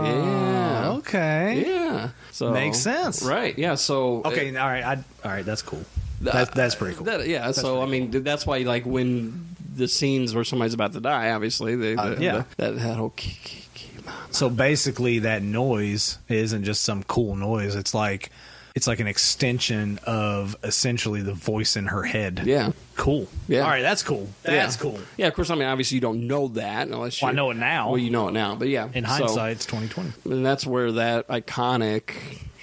C: Yeah.
A: Oh, Okay.
C: yeah. So
A: Makes sense.
C: right? Yeah. So
A: Okay. all right. I, all right. That's cool. That, that's pretty cool.
C: That, yeah, so I mean, that's why like when the scenes where somebody's about to die, obviously, they,
A: Uh,
C: the-
A: yeah.
C: the- that that whole k- k- k- ma-
A: so basically, that noise isn't just some cool noise. It's like, it's like an extension of essentially the voice in her head.
C: yeah,
A: Cool.
C: Yeah.
A: All right. That's cool. That's
C: yeah.
A: cool.
C: Yeah, of course. I mean, obviously, you don't know that unless you.
A: Well, I know it now.
C: Well, you know it now, but yeah,
A: In
C: so-
A: hindsight, it's 2020.
C: and that's where that iconic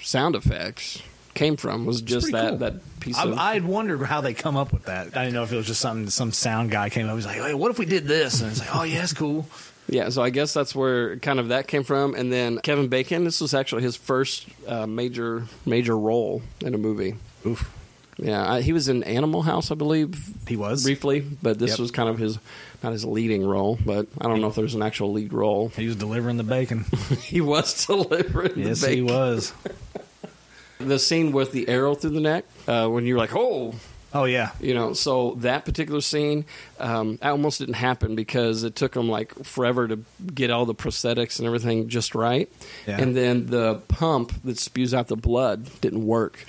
C: sound effects came from. Was just
A: pretty
C: that
A: cool.
C: that piece of.
A: I, I'd wondered how they come up with that. I didn't know if it was just something some sound guy came up. He's like, "Hey, what if we did this?" And it's like, "Oh yeah, it's cool."
C: Yeah, so I guess that's where kind of that came from, and then Kevin Bacon. This was actually his first uh, major major role in a movie.
A: Oof.
C: Yeah, I, he was in Animal House, I believe,
A: He was.
C: briefly, but this
A: Yep.
C: was kind of his not his leading role, but I don't know if there's an actual lead role.
A: He was delivering the bacon.
C: He was delivering.
A: yes,
C: the
A: he
C: bacon.
A: was.
C: The scene with the arrow through the neck uh, when you're like, oh,
A: Oh yeah.
C: you know. So that particular scene um, that almost didn't happen because it took them like forever to get all the prosthetics and everything just right,
A: Yeah.
C: and then the pump that spews out the blood didn't work.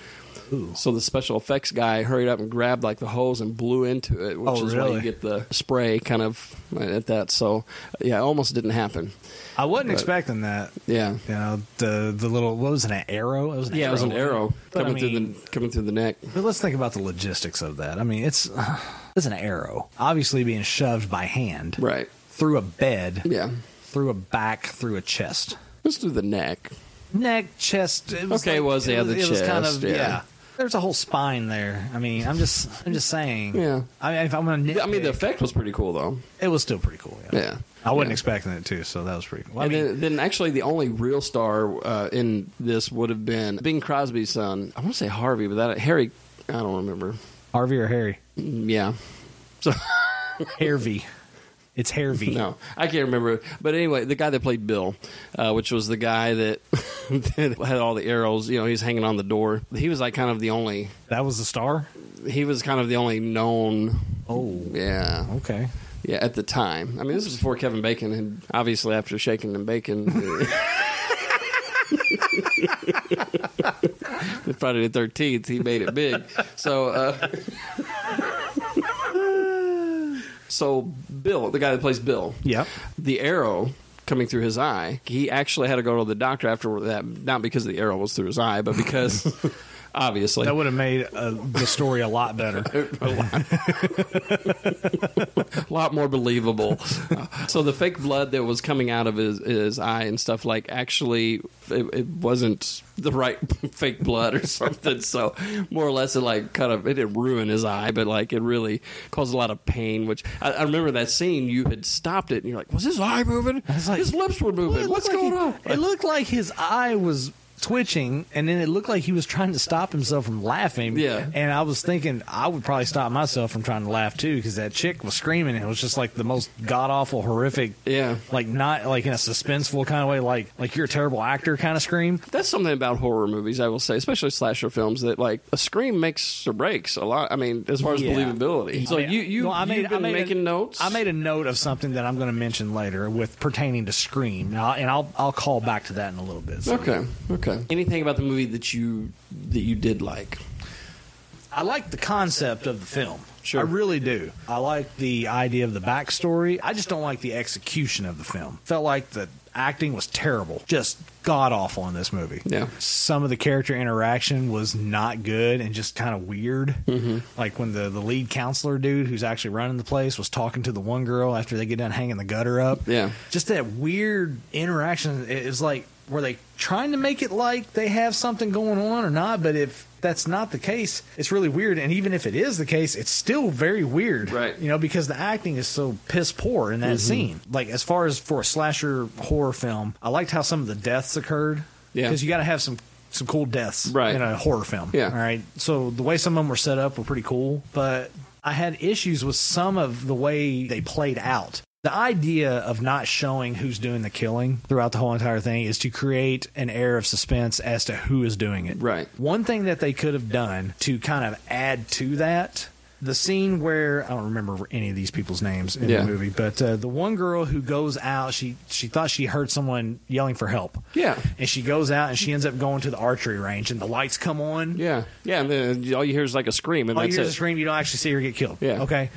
A: Ooh.
C: So the special effects guy hurried up and grabbed like the hose and blew into it, which
A: Oh,
C: is why
A: really?
C: you get the spray kind of at that. So yeah, it almost didn't happen.
A: I wasn't
C: But-
A: expecting that.
C: Yeah.
A: You know the the little what was it, an arrow? It was an
C: Yeah,
A: arrow.
C: it was an arrow
A: But,
C: coming
A: I mean-
C: through the coming through the neck.
A: But let's think about the logistics of that. I mean, it's it's an arrow, obviously being shoved by hand
C: Right.
A: through a bed,
C: Yeah.
A: through a back, through a chest.
C: Let's do the neck.
A: neck, chest. It was
C: Okay,
A: like-
C: it was the
A: it
C: other
A: it was kind
C: chest,
A: of
C: yeah.
A: yeah. there's a whole spine there. I mean, I'm just I'm just saying.
C: Yeah.
A: I mean, if I'm gonna
C: I mean, the effect was pretty cool though.
A: It was still pretty cool.
C: Yeah.
A: I wasn't
C: Yeah.
A: expecting it too, so that was pretty cool. I
C: and
A: mean,
C: then, then actually, the only real star uh, in this would have been Bing Crosby's son. I want to say Harvey, but that Harry, I don't remember.
A: Harvey or Harry?
C: Yeah. So
A: Harvey. It's Harvey.
C: No, I can't remember. But anyway, the guy that played Bill, uh, which was the guy that, that had all the arrows, you know, he's hanging on the door. He was like kind of the only.
A: That was the star?
C: He was kind of the only known.
A: Oh.
C: Yeah.
A: Okay.
C: Yeah, at the time. I mean, this was before Kevin Bacon had obviously after shaking and bacon. uh, Friday the 13th, he made it big. So, uh, so Bill, the guy that plays Bill,
A: yeah,
C: the arrow coming through his eye, he actually had to go to the doctor after that, not because the arrow was through his eye, but because obviously
A: that would have made uh, the story a lot better.
C: a lot more believable. so the fake blood that was coming out of his, his eye and stuff like actually it, it wasn't the right fake blood or something. So more or less it like kind of it didn't ruin his eye, but like it really caused a lot of pain. Which I, I remember that scene you had stopped it and you're like, was his eye moving? his lips were moving. What's going on?
A: It looked like his eye was twitching, and then it looked like he was trying to stop himself from laughing.
C: Yeah.
A: And I was thinking I would probably stop myself from trying to laugh too, because that chick was screaming. And it was just like the most god awful, horrific.
C: Yeah.
A: Like not like in a suspenseful kind of way, like like you're a terrible actor kind of scream.
C: That's something about horror movies, I will say, especially slasher films, that like a scream makes or breaks a lot. I mean, as far as
A: Yeah.
C: believability. So
A: Yeah.
C: you you
A: No,
C: I made, been making
A: a,
C: notes.
A: I made a note of something that I'm going to mention later with pertaining to Scream, now, and I'll I'll call back to that in a little bit. so.
C: Okay. Okay. Anything about the movie that you that you did like?
A: I like the concept of the film. Sure. I really do. I like the idea of the backstory. I just don't like the execution of the film. Felt like the acting was terrible. Just god awful in this movie.
C: Yeah.
A: Some of the character interaction was not good and just kind of weird. Like when the, the lead counselor dude who's actually running the place was talking to the one girl after they get done hanging the gutter up.
C: Yeah.
A: Just that weird interaction. It was like, were they trying to make it like they have something going on or not? But if that's not the case, it's really weird. And even if it is the case, it's still very weird. Right. You know, because the acting is so piss poor in that
C: Mhm.
A: scene. Like, as far as for a slasher horror film, I liked how some of the deaths occurred.
C: Yeah.
A: Because you got to have some. Some cool deaths
C: Right.
A: in a horror film.
C: Yeah.
A: All right. So the way some of them were set up were pretty cool, but I had issues with some of the way they played out. The idea of not showing who's doing the killing throughout the whole entire thing is to create an air of suspense as to who is doing it. Right. One thing that they could have done to kind of add to that. The scene where I don't remember any of these people's names in
C: Yeah.
A: the movie, but uh, the one girl who goes out, she she thought she heard someone yelling for help.
C: Yeah.
A: And she goes out and she ends up going to the archery range and the lights come on.
C: Yeah. Yeah, and then all you hear is like a scream and
A: All you
C: that's
A: hear
C: it.
A: is a scream, you don't actually see her get killed.
C: Yeah.
A: Okay.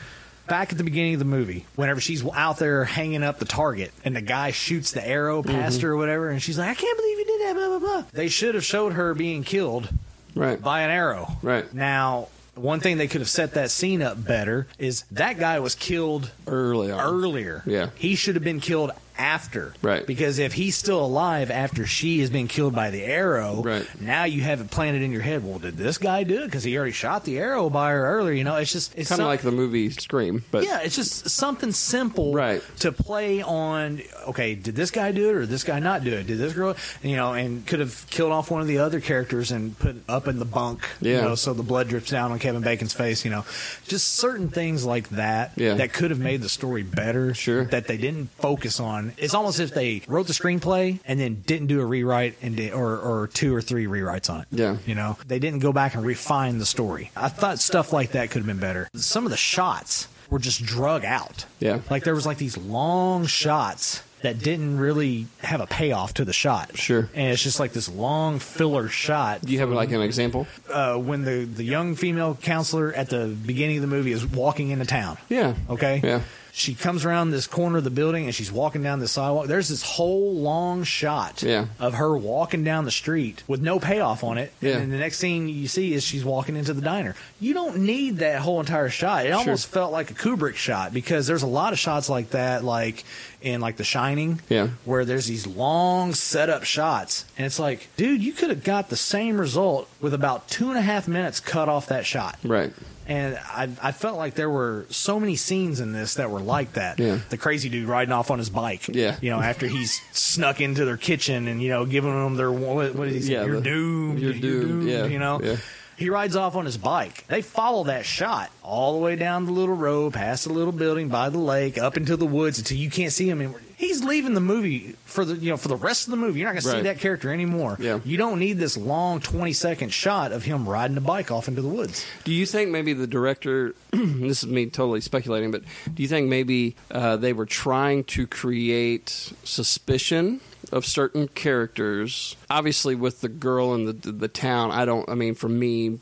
A: Back at the beginning of the movie, whenever she's out there hanging up the target and the guy shoots the arrow past
C: Mhm.
A: her or whatever, and she's like, I can't believe you did that, blah, blah, blah. They should have showed her being killed
C: right.
A: by an arrow. Right. Now, one thing they could have set that scene up better is that guy was killed
C: earlier.
A: Earlier.
C: Yeah.
A: He should have been killed after.
C: Right.
A: Because if he's still alive after she has been killed by the arrow, right. now you have it planted in your head. Well, did this guy do it? Because he already shot the arrow by her earlier. You know, it's just it's
C: Kind of
A: some-
C: like the movie Scream, but
A: yeah, it's just something simple right. to play on. Okay, did this guy do it or did this guy not do it? Did this girl, you know, and could have killed off one of the other characters and put up in the bunk, you
C: Yeah.
A: know, so the blood drips down on Kevin Bacon's face, you know, just certain things like that
C: Yeah.
A: that could have made the story better. Sure, that they didn't focus on. It's almost as if they wrote the screenplay and then didn't do a rewrite and did, or or two or three rewrites on it.
C: Yeah.
A: You know, they didn't go back and refine the story. I thought stuff like that could have been better. Some of the shots were just drug out.
C: Yeah.
A: Like there was like these long shots that didn't really have a payoff to the shot. Sure. And it's just like this long filler shot. Do
C: you have like an example?
A: Uh, when the the young female counselor at the beginning of the movie is walking into town.
C: Yeah.
A: Okay.
C: Yeah.
A: She comes around this corner of the building and she's walking down the sidewalk. There's this whole long shot
C: Yeah.
A: of her walking down the street with no payoff on it.
C: Yeah.
A: And then the next thing you see is she's walking into the diner. You don't need that whole entire shot. It almost felt like a Kubrick shot because there's a lot of shots like that, like in like The Shining,
C: Yeah.
A: where there's these long setup shots, and it's like, dude, you could have got the same result with about two and a half minutes cut off that shot.
C: Right.
A: And I, I felt like there were so many scenes in this that were like that.
C: Yeah.
A: The crazy dude riding off on his bike.
C: Yeah.
A: You know, after he's snuck into their kitchen and, you know, giving them their, what, what is he,
C: Yeah,
A: yeah, you're
C: the-
A: doomed.
C: you're doomed, yeah,
A: You know?
C: yeah.
A: He rides off on his bike. They follow that shot all the way down the little road, past the little building, by the lake, up into the woods until you can't see him anymore. He's leaving the movie for the you know for the rest of the movie. You're not going to see
C: Right.
A: that character anymore.
C: Yeah.
A: You don't need this long 20 second shot of him riding a bike off into the woods.
C: Do you think maybe the director? this is me totally speculating, but do you think maybe uh, they were trying to create suspicion of certain characters? Obviously, with the girl in the the town, I don't. I mean, for me,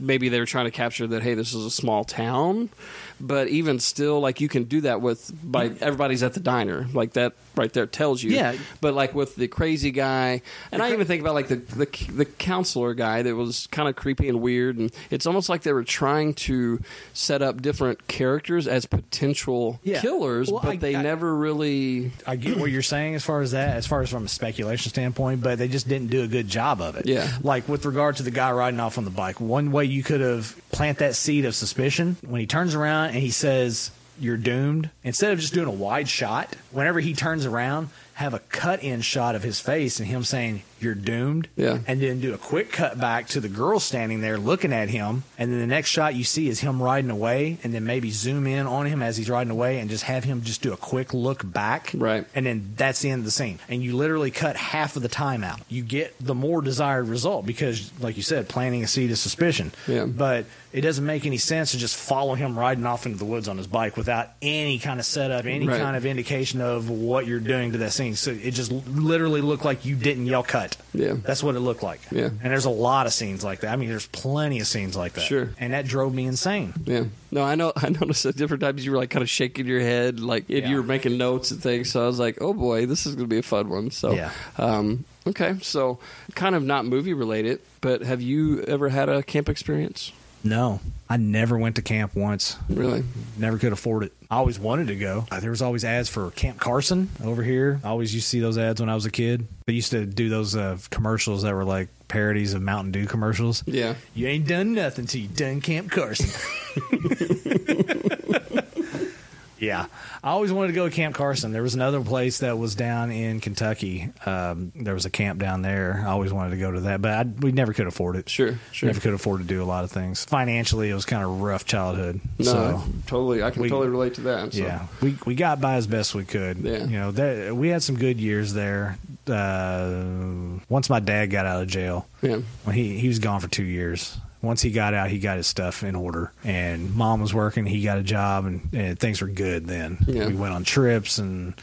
C: maybe they were trying to capture that. Hey, this is a small town, but even still, like you can do that with by everybody's at the diner, like that right there tells you.
A: Yeah.
C: But like with the crazy guy, and I even think about like the the, the counselor guy that was kind of creepy and weird, and it's almost like they were trying to set up different characters as potential
A: Yeah.
C: killers,
A: Well,
C: but
A: I-
C: they
A: I-
C: never really.
A: I get what you're saying as far as that, as far as from a speculation standpoint, but they just didn't do a good job of it.
C: Yeah.
A: Like with regard to the guy riding off on the bike, one way you could have plant that seed of suspicion when he turns around and he says, You're doomed, instead of just doing a wide shot, whenever he turns around, have a cut in shot of his face and him saying, You're doomed.
C: Yeah.
A: And then do a quick cut back to the girl standing there looking at him. And then the next shot you see is him riding away. And then maybe zoom in on him as he's riding away and just have him just do a quick look back.
C: Right.
A: And then that's the end of the scene. And you literally cut half of the time out. You get the more desired result because, like you said, planting a seed of suspicion.
C: Yeah.
A: But it doesn't make any sense to just follow him riding off into the woods on his bike without any kind of setup, any
C: Right.
A: kind of indication of what you're doing to that scene. So it just literally looked like you didn't yell cut.
C: Yeah.
A: That's what it looked like.
C: Yeah.
A: And there's a lot of scenes like that. I mean, there's plenty of scenes like that.
C: Sure.
A: And that drove me insane.
C: Yeah. No, I know. I noticed at different times you were like kind of shaking your head, like if
A: Yeah.
C: you were making notes and things. So I was like, oh boy, this is going to be a fun one. So,
A: Yeah.
C: um, okay. So, kind of not movie related, but have you ever had a camp experience?
A: No, I never went to camp once.
C: Really?
A: Never could afford it. I always wanted to go. Uh, There was always ads for Camp Carson over here. I always used to see those ads when I was a kid. They used to do those uh, commercials that were like parodies of Mountain Dew commercials.
C: Yeah.
A: You ain't done nothing till you done Camp Carson. yeah, I always wanted to go to Camp Carson. There was another place that was down in Kentucky. Um, there was a camp down there. I always wanted to go to that, but I, we never could afford it.
C: Sure, sure.
A: Never could afford to do a lot of things. Financially, it was kind of rough childhood.
C: No,
A: so.
C: totally. I can
A: we-
C: totally relate to that. So.
A: Yeah, we we got by as best we could.
C: Yeah.
A: You know, that, we had some good years there. Uh, once my dad got out of jail,
C: Yeah.
A: when he he was gone for two years. Once he got out, he got his stuff in order, and mom was working. He got a job, and, and things were good then.
C: Yeah.
A: We went on trips, and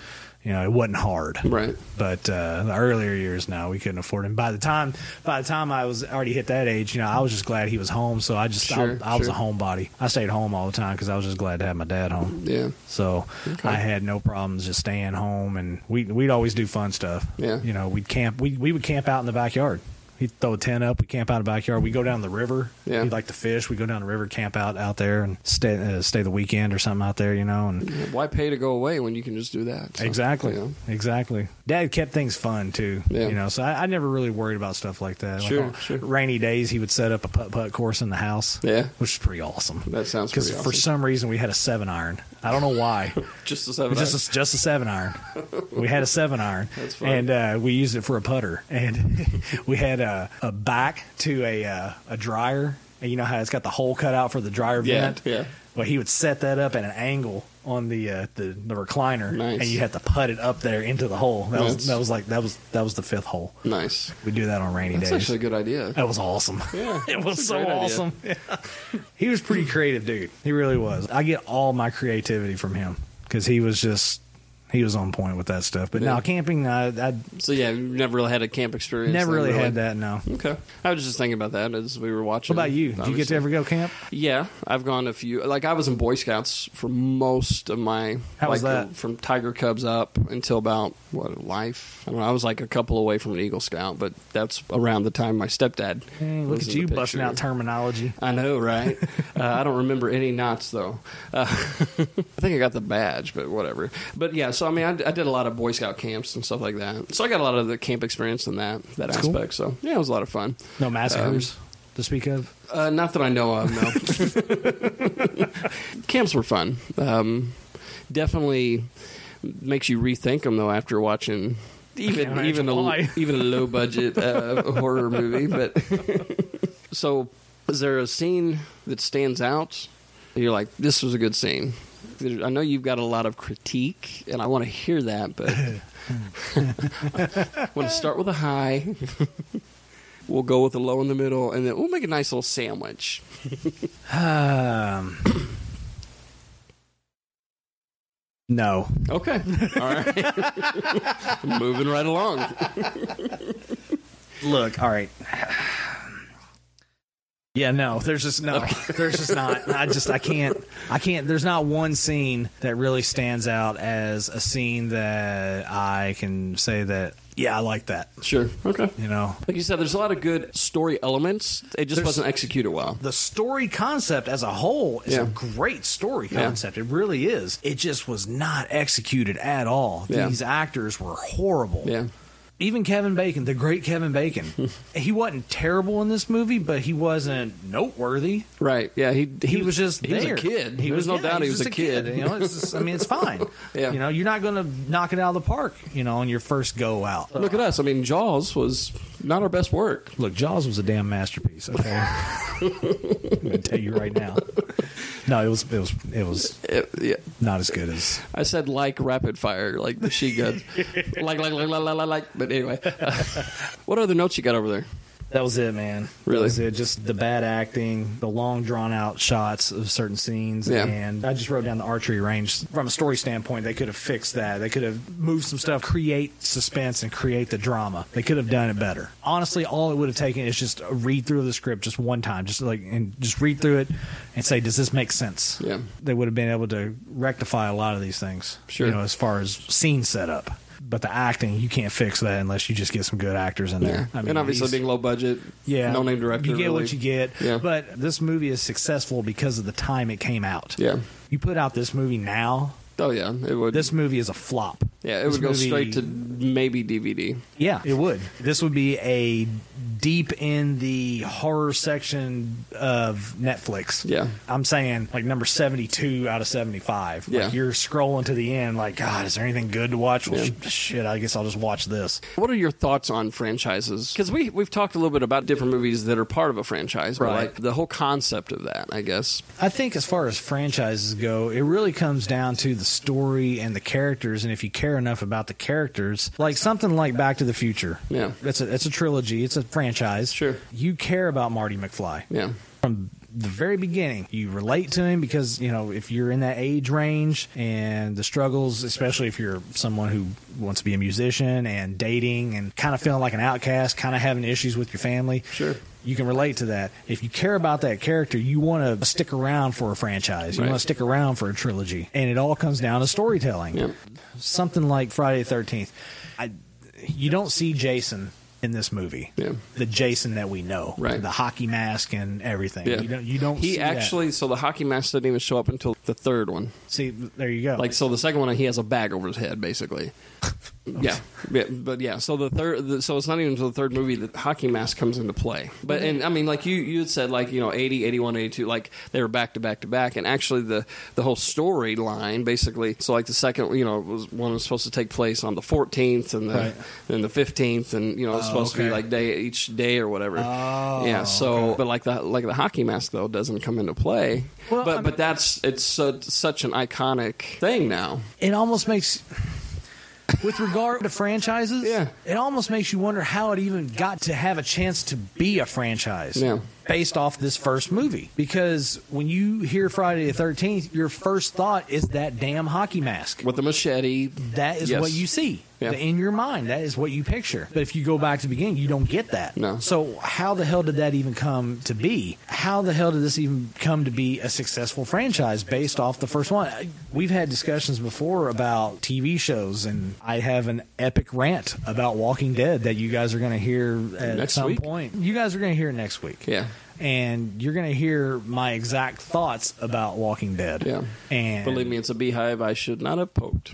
A: you know it wasn't hard.
C: Right.
A: But uh, the earlier years, now we couldn't afford him. By the time by the time I was already hit that age, you know, I was just glad he was home. So I just
C: Sure,
A: I, I was a
C: sure.
A: homebody. I stayed home all the time because I was just glad to have my dad home.
C: Yeah.
A: So
C: Okay.
A: I had no problems just staying home, and we we'd always do fun stuff.
C: Yeah.
A: you know, we'd camp. We we would camp out in the backyard. He'd throw a tent up. We camp out in the backyard. We go down the river.
C: Yeah.
A: He'd like to fish. We go down the river, camp out out there, and stay uh, stay the weekend or something out there. You know, and
C: Why pay to go away when you can just do that? So,
A: exactly,
C: yeah.
A: exactly. Dad kept things fun too.
C: Yeah.
A: You know, so I, I never really worried about stuff like that. Like
C: Sure,
A: on
C: sure.
A: Rainy days, he would set up a putt putt course in the house.
C: Yeah.
A: which is pretty awesome.
C: That sounds
A: Because
C: pretty awesome.
A: for some reason we had a seven iron. I don't know why.
C: just to seven.
A: It was just a, just a seven iron. We had a seven iron,
C: That's funny.
A: and uh, we used it for a putter. And we had a, a back to a uh, a dryer, and you know how it's got the hole cut out for the dryer
C: Yeah,
A: vent.
C: yeah.
A: Well, he would set that up at an angle on the uh, the, the recliner,
C: Nice.
A: and you had to putt it up there into the hole. That
C: Nice.
A: was that was like that was that was the fifth hole.
C: nice.
A: We do that on rainy
C: That's
A: days. Oh.
C: actually a good idea.
A: That was awesome.
C: Yeah,
A: it
C: that's a
A: was so
C: great idea.
A: awesome. Yeah. he was pretty creative, dude. He really was. I get all my creativity from him because he was just. He was on point with that stuff. But
C: Yeah.
A: no, camping, I, I
C: So yeah, you never really had a camp experience.
A: never
C: then,
A: really had that. No.
C: Okay, I was just thinking about that as we were
A: What
C: watching.
A: about you? Did you get to
C: obviously.
A: ever go camp?
C: Yeah, I've gone a few. Like I was in Boy Scouts for most of my.
A: How
C: like,
A: was that?
C: From Tiger Cubs up until about what life. I don't know. I was like a couple away from an Eagle Scout, but that's around the time my stepdad.
A: Mm, look
C: was
A: at
C: in the
A: you busting
C: picture.
A: out terminology.
C: I know, right? uh, I don't remember any knots though. Uh, I think I got the badge, but whatever. But yeah, so I mean, I, I did a lot of Boy Scout camps and stuff like that. So I got a lot of the camp experience in that that
A: That's cool.
C: aspect. So yeah, it was a lot of fun.
A: No massacres
C: Um,
A: to speak of.
C: Uh, not that I know of. No. Camps were fun. Um, definitely makes you rethink them though after watching even
A: can't
C: even
A: imagine why.
C: a, even a low budget uh, horror movie. But so, is there a scene that stands out? that You're like, this was a good scene. There- I know you've got a lot of critique, and I want to hear that, but I want to start with a high. we'll go with a low in the middle, and then we'll make a nice little sandwich.
A: Um, no.
C: Okay. All right. Moving right along.
A: Look, all right. Yeah, no. There's just no. There's just not. I just I can't. I can't. There's not one scene that really stands out as a scene that I can say that. Yeah, I like that.
C: Sure. Okay.
A: You know,
C: Like you said, there's a lot of good story elements. It just
A: There's-
C: wasn't executed well.
A: the story concept as a whole is a
C: Yeah.
A: great story
C: Yeah.
A: concept. It really is. It just was not executed at all.
C: Yeah.
A: These actors were horrible.
C: Yeah.
A: Even Kevin Bacon, the great Kevin Bacon, he wasn't terrible in this movie, but he wasn't noteworthy.
C: Right. Yeah. He he,
A: He, was just
C: he
A: there.
C: was a kid.
A: He
C: There's no
A: yeah,
C: doubt he was a kid.
A: You know, it's just, I mean, it's fine.
C: Yeah.
A: You know, you're not going to knock it out of the park. You know, on your first go out.
C: Look at us. I mean, Jaws was not our best work.
A: Look, Jaws was a damn masterpiece. Okay, I'm gonna tell you right now. No, it was it was it was
C: It- yeah.
A: not as good as.
C: I said like rapid fire, like the she guns, like like like like like like. like. But anyway, what other notes you got over there?
A: That was it, man.
C: Really?
A: that was it. Just the bad acting, the long drawn out shots of certain scenes,
C: Yeah.
A: and I just wrote down the archery range. From a story standpoint, they could have fixed that. They could have moved some stuff, create suspense, and create the drama. They could have done it better. Honestly, all it would have taken is just a read through of the script just one time, just like and just read through it and say, does this make sense?
C: Yeah.
A: they would have been able to rectify a lot of these things.
C: Sure.
A: You know, as far as scene setup. But the acting, you can't fix that unless you just get some good actors in there. I mean,
C: and obviously
A: these-
C: being low budget,
A: yeah,
C: no name director.
A: You get
C: really.
A: what you get.
C: Yeah.
A: But this movie is successful because of the time it came out.
C: Yeah.
A: You put out this movie now,
C: Oh yeah, it would.
A: this movie is a flop.
C: yeah, it
A: This
C: would go
A: movie-
C: straight to maybe DVD.
A: Yeah, it would. This would be a deep in the horror section of Netflix.
C: Yeah.
A: I'm saying like number 72 out of 75.
C: Yeah.
A: Like you're scrolling to the end like god, is there anything good to watch? Well,
C: Yeah.
A: sh- shit, I guess I'll just watch this.
C: What are your thoughts on franchises? Because we we've talked a little bit about different movies that are part of a franchise, but
A: Right.
C: like the whole concept of that, I guess.
A: I think as far as franchises go, it really comes down to the story and the characters, and if you care enough about the characters, like something like Back to the Future.
C: Yeah.
A: that's a it's a trilogy. It's a franchise.
C: Sure.
A: you care about Marty McFly
C: Yeah,
A: from the very beginning. You relate to him because you know if you're in that age range and the struggles, especially if you're someone who wants to be a musician and dating and kind of feeling like an outcast, kind of having issues with your family.
C: Sure.
A: You can relate to that. If you care about that character, you want to stick around for a franchise. You
C: Right.
A: want to stick around for a trilogy. And it all comes down to storytelling.
C: Yep.
A: Something like Friday the 13th. I, you don't see Jason in this movie.
C: Yeah.
A: The Jason that we know.
C: Right.
A: The hockey mask and everything.
C: yeah.
A: You don't. You don't.
C: He
A: see that.
C: actually. So the hockey mask didn't even show up until the third one.
A: see. There you go.
C: Like so, the second one he has a bag over his head, basically. yeah. yeah, but yeah. So the third, the, so it's not even until the third movie that the hockey mask comes into play. But and I mean, like you you had said, like you know, 80, 81, 82, like they were back to back to back, and actually the the whole storyline basically. So like the second, you know, was one was supposed to take place on the fourteenth and the
A: Right.
C: and the fifteenth, and you know, it's
A: Oh,
C: supposed to
A: okay.
C: be like day each day or whatever.
A: Oh,
C: yeah. So,
A: okay.
C: but like the like the hockey mask though doesn't come into play.
A: Well,
C: but
A: I mean-
C: but that's it's so, such an iconic thing now.
A: it almost makes. With regard to franchises,
C: Yeah.
A: it almost makes you wonder how it even got to have a chance to be a franchise.
C: Yeah.
A: based off this first movie because when you hear Friday the Thirteenth, your first thought is that damn hockey mask
C: with the machete.
A: That is
C: Yes.
A: what you see
C: Yeah.
A: in your mind. That is what you picture. But if you go back to the beginning, you don't get that.
C: No.
A: So how the hell did that even come to be? How the hell did this even come to be a successful franchise based off the first one? We've had discussions before about TV shows, and I have an epic rant about Walking Dead that you guys are going to hear at
C: Next
A: some
C: week?
A: point. You guys are going to hear it next week.
C: Yeah.
A: And you're going to hear my exact thoughts about Walking Dead. Yeah. And
C: Believe me, it's a beehive I should not have poked.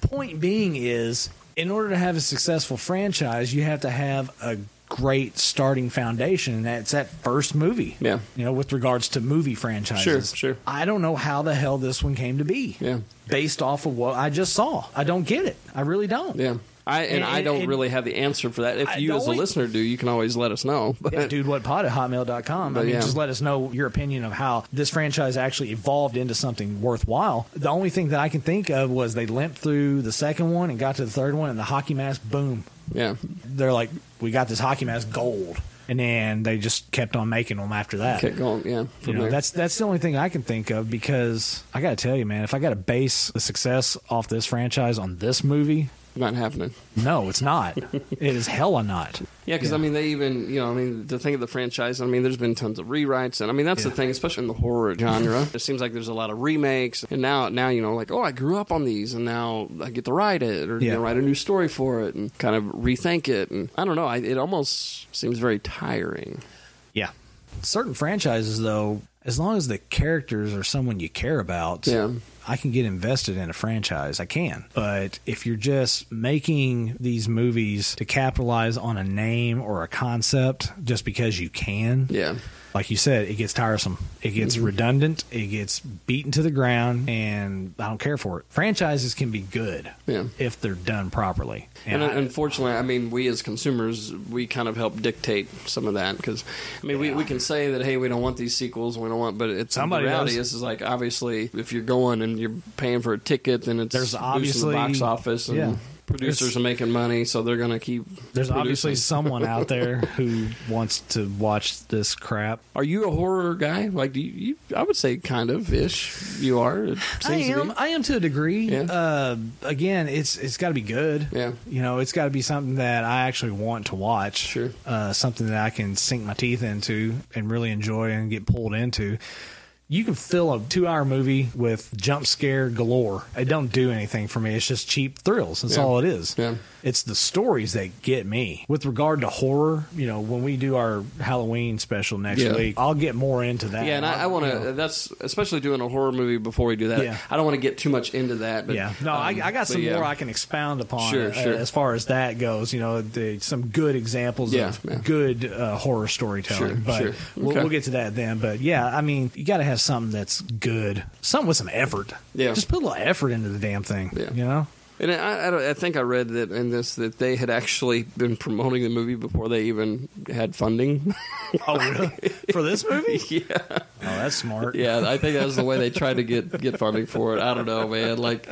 A: point being is in order to have a successful franchise you have to have a great starting foundation and that's that first movie
C: Yeah.
A: you know with regards to movie franchises
C: Sure, sure.
A: i don't know how the hell this one came to be
C: yeah
A: based off of what i just saw i don't get it i really don't
C: yeah I and,
A: And-
C: I don't
A: and-
C: really have the answer for that. If
A: I
C: you, as a
A: don't-
C: listener, do, you can always let us know. But
A: yeah, dude what pod at hotmail.com i
C: But
A: mean
C: yeah.
A: just let us know your opinion of how this franchise actually evolved into something worthwhile the only thing that i can think of was they limped through the second one and got to the third one and the hockey mask boom
C: yeah,
A: they're like, we got this hockey mask gold, and then they just kept on making them after that.
C: keep going. Yeah,
A: You
C: from
A: know,
C: there.
A: that's that's the only thing I can think of because I gotta tell you, man, if I gotta base the success off this franchise on this movie,
C: not happening.
A: No, it's not. it is hella not.
C: Yeah, because I mean, they even you know, I mean, the thing of the franchise. I mean, there's been tons of rewrites, and I mean, that's the thing, especially in the horror genre. it seems like there's a lot of remakes, and now, now you know, like, oh, I grew up on these, and now I get to write it, or you
A: Yeah.
C: know, write a new story for it, and kind of rethink it, and I don't know, I, it almost seems very tiring.
A: Yeah. Certain franchises, though, as long as the characters are someone you care about,
C: Yeah.
A: I can get invested in a franchise. I can. But if you're just making these movies to capitalize on a name or a concept just because you can,
C: yeah. Mm-hmm.
A: Like you said, it gets tiresome. It gets redundant. It gets beaten to the ground, and I don't care for it. Franchises can be good
C: Yeah.
A: if they're done properly.
C: And,
A: I-
C: unfortunately, I mean, we as consumers, we kind of help dictate some of that because, I mean, we, we can say that hey, we don't want these sequels, we don't want, but it's
A: Somebody
C: the reality
A: does.
C: is, is like obviously if you're going and you're paying for a ticket, then it's
A: There's
C: boosting
A: obviously-
C: the box office and
A: yeah.
C: producers
A: There's-
C: are making money, so they're going to keep.
A: There's
C: producing.
A: obviously someone out there who wants to watch this crap.
C: Are you a horror guy? Like, do you, you? I would say kind of ish. You are. It seems
A: I
C: to be.
A: am. I am to a degree.
C: Yeah.
A: Uh, again, it's it's got to be good.
C: Yeah.
A: You know, it's got to be something that I actually want to watch. Sure. Uh, something that I can sink my teeth into and really enjoy and get pulled into. You can fill a two-hour movie with jump scare galore. It don't do anything for me. It's just cheap thrills. That's
C: Yeah.
A: all it is.
C: Yeah.
A: It's the stories that get me. With regard to horror, you know, when we do our Halloween special next
C: Yeah.
A: week, I'll get more into that.
C: Yeah, and I, I want to. That's especially doing a horror movie before we do that.
A: Yeah.
C: I don't want to get too much into that. But,
A: yeah, no, I,
C: um,
A: I got
C: but
A: some
C: yeah.
A: more I can expound upon
C: Sure,
A: uh,
C: sure.
A: as far as that goes. You know, the, some good examples
C: Yeah,
A: of
C: yeah.
A: good uh, horror storytelling.
C: Sure,
A: but
C: sure.
A: We'll,
C: Okay.
A: we'll get to that then. But yeah, I mean, you got to have something that's good, something with some effort.
C: Yeah.
A: just put a little effort into the damn thing. Yeah. you know.
C: And I, I, don't- I think I read that in this that they had actually been promoting the movie before they even had funding.
A: Oh, really? For this movie?
C: yeah. Oh,
A: that's smart.
C: yeah, I think that was the way they tried to get get funding for it. I don't know, man. Like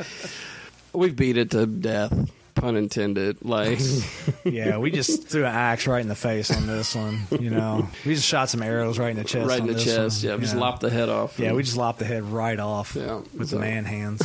C: we beat it to death, pun intended. Like
A: Yeah, we just threw an axe right in the face on this one. You know, we just shot some arrows right in the chest.
C: right in
A: on
C: the
A: this
C: chest.
A: one,
C: Yeah, just
A: you know.
C: lopped the head off.
A: Yeah, we just lopped the head right off
C: Yeah,
A: with
C: so-
A: the man hands.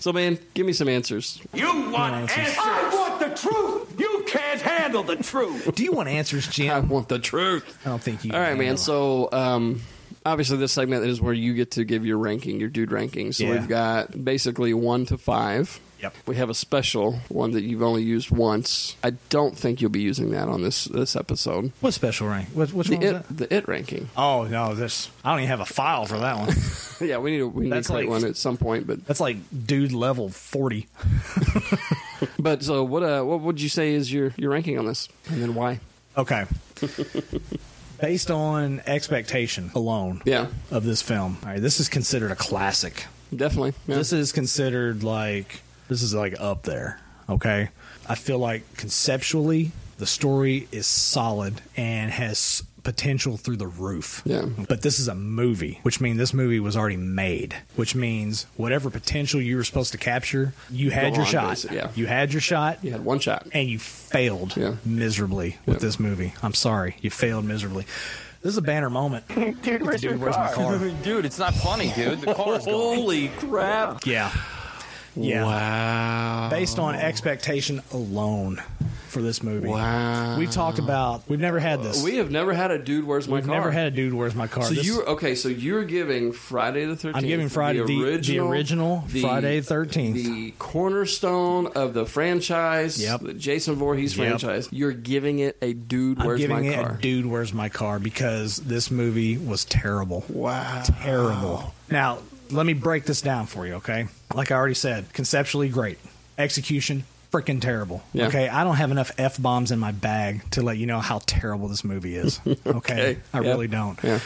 C: So, man, give me some answers.
K: You want answers. I want the truth. You can't handle the truth.
A: Do you want answers, Jim?
C: I want the truth.
A: I don't think you.
C: All right,
A: can
C: man.
A: handle
C: So, um, obviously, this segment is where you get to give your ranking, your dude ranking. So
A: Yeah.
C: we've got basically one to five.
A: Yep.
C: We have a special one that you've only used once. I don't think you'll be using that on this this episode.
A: What special rank? What, which
C: the
A: one was
C: it, The it ranking.
A: Oh no, this I don't even have a file for that one.
C: yeah, we need to we need to
A: That's
C: create
A: like-
C: one at some point. But
A: That's like dude level forty.
C: but so what? Uh, what would you say is your your ranking on this, and then why?
A: Okay. Based on expectation alone
C: Yeah.
A: of this film. All right, this is considered a classic.
C: Definitely. yeah.
A: This is considered like this is like up there. Okay. I feel like conceptually The story is solid and has potential through the roof.
C: Yeah.
A: But this is a movie, which means this movie was already made, which means whatever potential you were supposed to capture, you had
C: Go
A: your
C: on,
A: shot.
C: basi- yeah.
A: You had your shot.
C: You had one shot.
A: And you failed miserably with this movie. I'm sorry. You failed miserably. This is a banner moment. Dude,
L: where's your
A: my
L: car?
A: car?
L: dude, it's not funny, dude. The car's gone.
C: Holy crap.
A: Yeah. Yeah.
C: Wow.
A: Based on expectation alone for this movie.
C: Wow.
A: We've talked about, we've never had this.
C: We have never had a dude. Where's my
A: We've
C: car?
A: never had a dude, where's my car?
C: So
A: This-
C: you okay? So you're giving Friday the Thirteenth.
A: I'm giving Friday the- the original Friday the 13th.
C: the cornerstone of the franchise.
A: Yep.
C: the Jason Voorhees
A: Yep.
C: franchise. You're giving it a dude.
A: I'm
C: Where's
A: giving
C: my
A: it
C: car?
A: a dude, where's my car? Because this movie was terrible. Wow. Terrible. Now, let me break this down for you, okay? Like I already said, conceptually great. Execution, freaking terrible.
C: Yeah.
A: Okay. I don't have enough F bombs in my bag to let you know how terrible this movie is. Okay.
C: Okay.
A: I
C: Yeah.
A: really don't.
C: Yeah.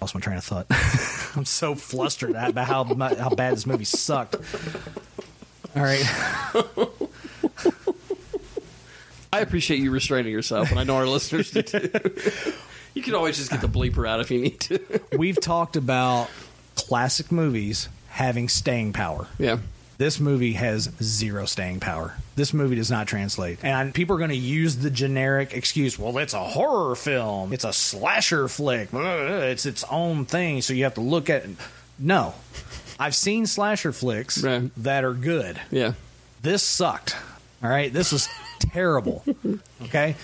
A: Lost my train of thought. I'm so flustered at about how, mu- how bad this movie sucked. All right.
C: I appreciate you restraining yourself, and I know our listeners do too. You can always just get the bleeper out if you need to.
A: We've talked about classic movies having staying power.
C: Yeah.
A: This movie has zero staying power. This movie does not translate. And people are going to use the generic excuse, well, it's a horror film. It's a slasher flick. Ugh, It's its own thing, so you have to look at No. I've seen slasher flicks that are good.
C: Yeah.
A: This sucked. All right? This is terrible. Okay?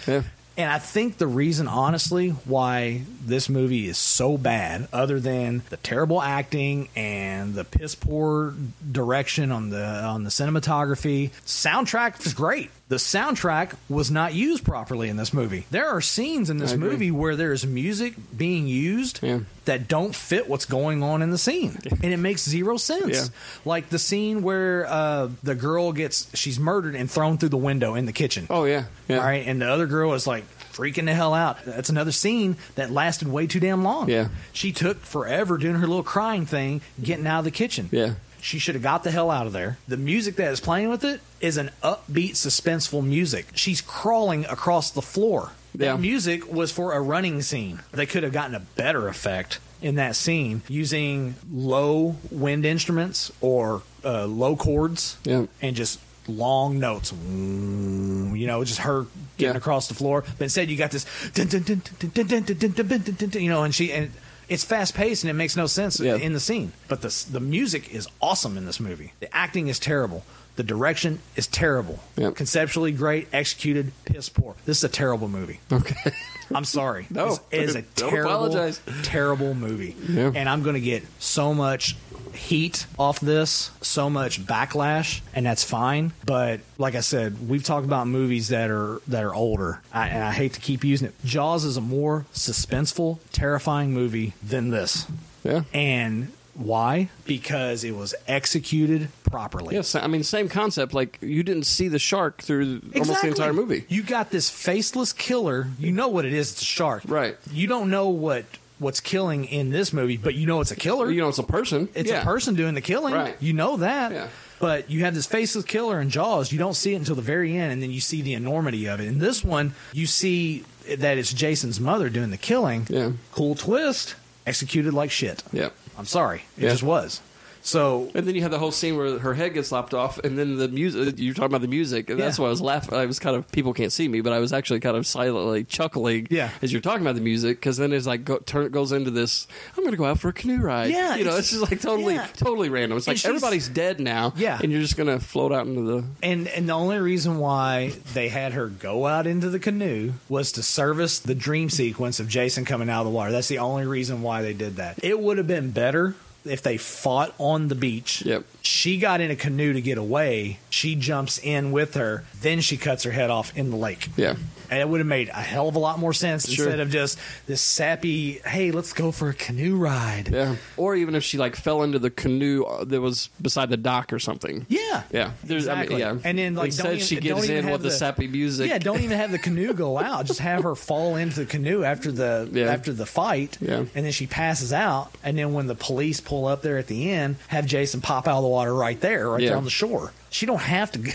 A: And I think the reason, honestly, why this movie is so bad, other than the terrible acting and the piss poor direction on the on the cinematography, soundtrack was great. The soundtrack was not used properly in this movie. There are scenes in this
C: I agree.
A: movie where there is music being used that don't fit what's going on in the scene, and it makes zero sense.
C: Yeah.
A: Like the scene where uh, the girl gets she's murdered and thrown through the window in the kitchen.
C: Oh yeah, yeah.
A: All right, and the other girl is like freaking the hell out. That's another scene that lasted way too damn long.
C: Yeah.
A: she took forever doing her little crying thing, getting out of the kitchen.
C: Yeah.
A: She should have got the hell out of there. The music that is playing with it is an upbeat, suspenseful music. She's crawling across the floor. That
C: Yeah.
A: music was for a running scene. They could have gotten a better effect in that scene using low wind instruments or uh, low chords and just long notes. Mm, You know, just her getting across the floor. But instead, you got this, dun, dun, dun, dun, dun, dun, dun, dun, dun, dun, dun, dun, you know, and she and it's fast paced and it makes no sense in the scene. But the s- the music is awesome in this movie. The acting is terrible. The direction is terrible. Conceptually great, executed piss poor. This is a terrible movie.
C: Okay.
A: I'm sorry.
C: No.
A: This is a
C: Don't
A: terrible,
C: apologize.
A: terrible movie.
C: Yeah.
A: And I'm going to get so much heat off this, so much backlash, and that's fine. But like I said, we've talked about movies that are that are older, I, and I hate to keep using it. Jaws is a more suspenseful, terrifying movie than this.
C: Yeah.
A: And why? Because it was executed properly.
C: Yes, I mean same concept. Like you didn't see the shark through almost the
A: Exactly.
C: entire movie.
A: You got this faceless killer. You know what it is. It's a shark. Right. You don't know what what's killing in this movie, but you know it's a killer. You
C: know it's a person.
A: It's
C: Yeah.
A: a person doing the killing.
C: Right.
A: You know that. But you have this faceless killer in Jaws. You don't see it until the very end, and then you see the enormity of it. In this one, you see that it's Jason's mother doing the killing. Yeah. Cool twist. Executed like shit.
C: Yeah.
A: I'm sorry. It just was. So
C: and then you had the whole scene where her head gets lopped off, and then the music. You're talking about the music, and that's
A: Yeah.
C: why I was laughing. I was kind of people can't see me, but I was actually kind of silently chuckling.
A: Yeah.
C: as you're talking about the music, because then it's like go, turn goes into this. I'm going to go out for a canoe ride.
A: Yeah,
C: you know,
A: it's-
C: it's, just like totally,
A: yeah.
C: totally random. It's
A: And
C: like
A: she's-
C: everybody's dead now.
A: Yeah.
C: and you're just going to float out into the.
A: And and the only reason why they had her go out into the canoe was to service the dream sequence of Jason coming out of the water. That's the only reason why they did that. It would have been better if they fought on the beach. Yep. She got in a canoe to get away. She jumps in with her. Then she cuts her head off in the lake.
C: Yeah.
A: And it would have made a hell of a lot more sense
C: Sure.
A: instead of just this sappy, hey, let's go for a canoe ride.
C: Yeah, or even if she like fell into the canoe uh, that was beside the dock or something.
A: Yeah,
C: yeah. There's, I mean,
A: Exactly.
C: yeah.
A: And then like
C: instead
A: don't even,
C: she
A: don't
C: gets
A: even
C: in
A: have
C: with the, sappy music.
A: Yeah, don't even have the canoe go out. Just have her fall into the canoe after the after the fight.
C: Yeah.
A: And then she passes out. And then when the police pull up there at the end, have Jason pop out of the water right there, right
C: Yeah.
A: there on the shore. She don't have to.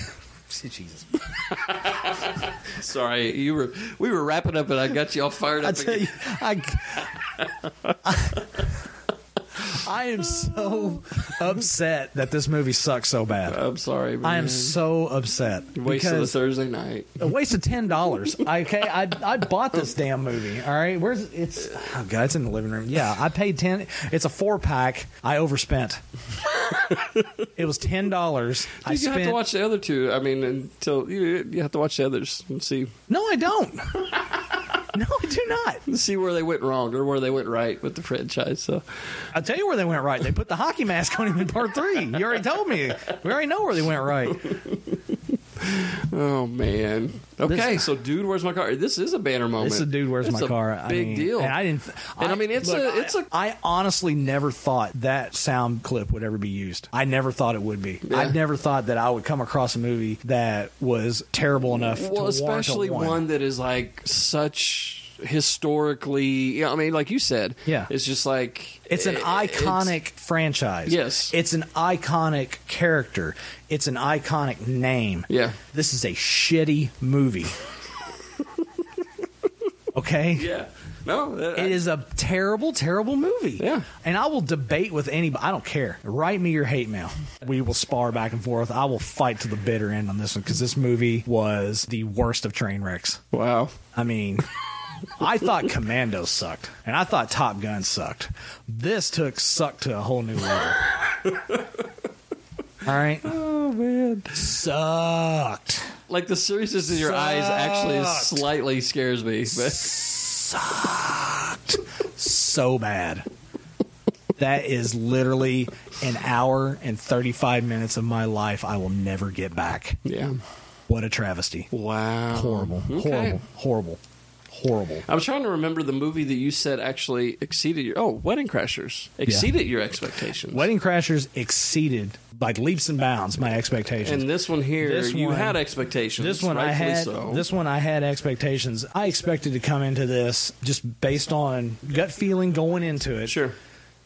A: Jesus.
C: Sorry, you were we were wrapping up, and I got you all fired up.
A: I tell
C: again.
A: you, I, I am so upset that this movie sucks so bad.
C: I'm sorry. Man.
A: I am so upset.
C: Mm-hmm. Waste of the
A: because-
C: Thursday night.
A: a waste of ten dollars. Okay, I I bought this damn movie. All right, where's it's? Oh god, it's in the living room. Yeah, I paid ten. It's a four pack. I overspent. it was ten dollars. I
C: Dude, you have
A: spent.
C: to watch the other two. I mean, until you, you have to watch the others and see.
A: No, I don't. no, I do not.
C: See where they went wrong or where they went right with the franchise. So,
A: I'll tell you where they went right. They put the hockey mask on him in part three. You already told me. We already know where they went right.
C: oh man. Okay, so dude, where's my car? This is a banner moment.
A: This is dude, where's
C: It's
A: my
C: a
A: car? I
C: Big
A: mean,
C: deal.
A: And I didn't. Th-
C: And I mean, it's a- it's
A: a. I honestly never thought that sound clip would ever be used. I never thought it would be. I never thought that I would come across a movie that was terrible enough. to
C: well,
A: warrant a
C: especially
A: one.
C: one that is like such historically. Yeah, I mean, like you said,
A: Yeah.
C: it's just like eh,
A: It's an
C: it-
A: iconic franchise.
C: Yes.
A: It's an iconic character. It's an iconic name.
C: Yeah.
A: This is a shitty movie. okay?
C: Yeah. No, uh, that-
A: It is a terrible, terrible movie. Yeah. And I will debate with anybody. I don't care. Write me your hate mail. We will spar back and forth. I will fight to the bitter end on this one because this movie was the worst of train wrecks.
C: Wow.
A: I mean, I thought Commando sucked and I thought Top Gun sucked. This took suck to a whole new level. All right.
C: Oh man,
A: sucked.
C: Like the seriousness in your eyes actually
A: Sucked.
C: slightly scares me. But
A: Sucked so bad. That is literally an hour and 35 minutes of my life I will never get back.
C: Yeah.
A: What a travesty.
C: Wow.
A: Horrible.
C: Okay.
A: Horrible. Horrible. Horrible.
C: I'm trying to remember the movie that you said actually exceeded your oh Wedding Crashers exceeded your expectations.
A: Wedding Crashers exceeded by leaps and bounds my expectations.
C: And this one here,
A: This
C: you
A: one-
C: had expectations.
A: This one I
C: rightfully
A: had.
C: So.
A: This one I had expectations. I expected to come into this just based on gut feeling going into it.
C: Sure.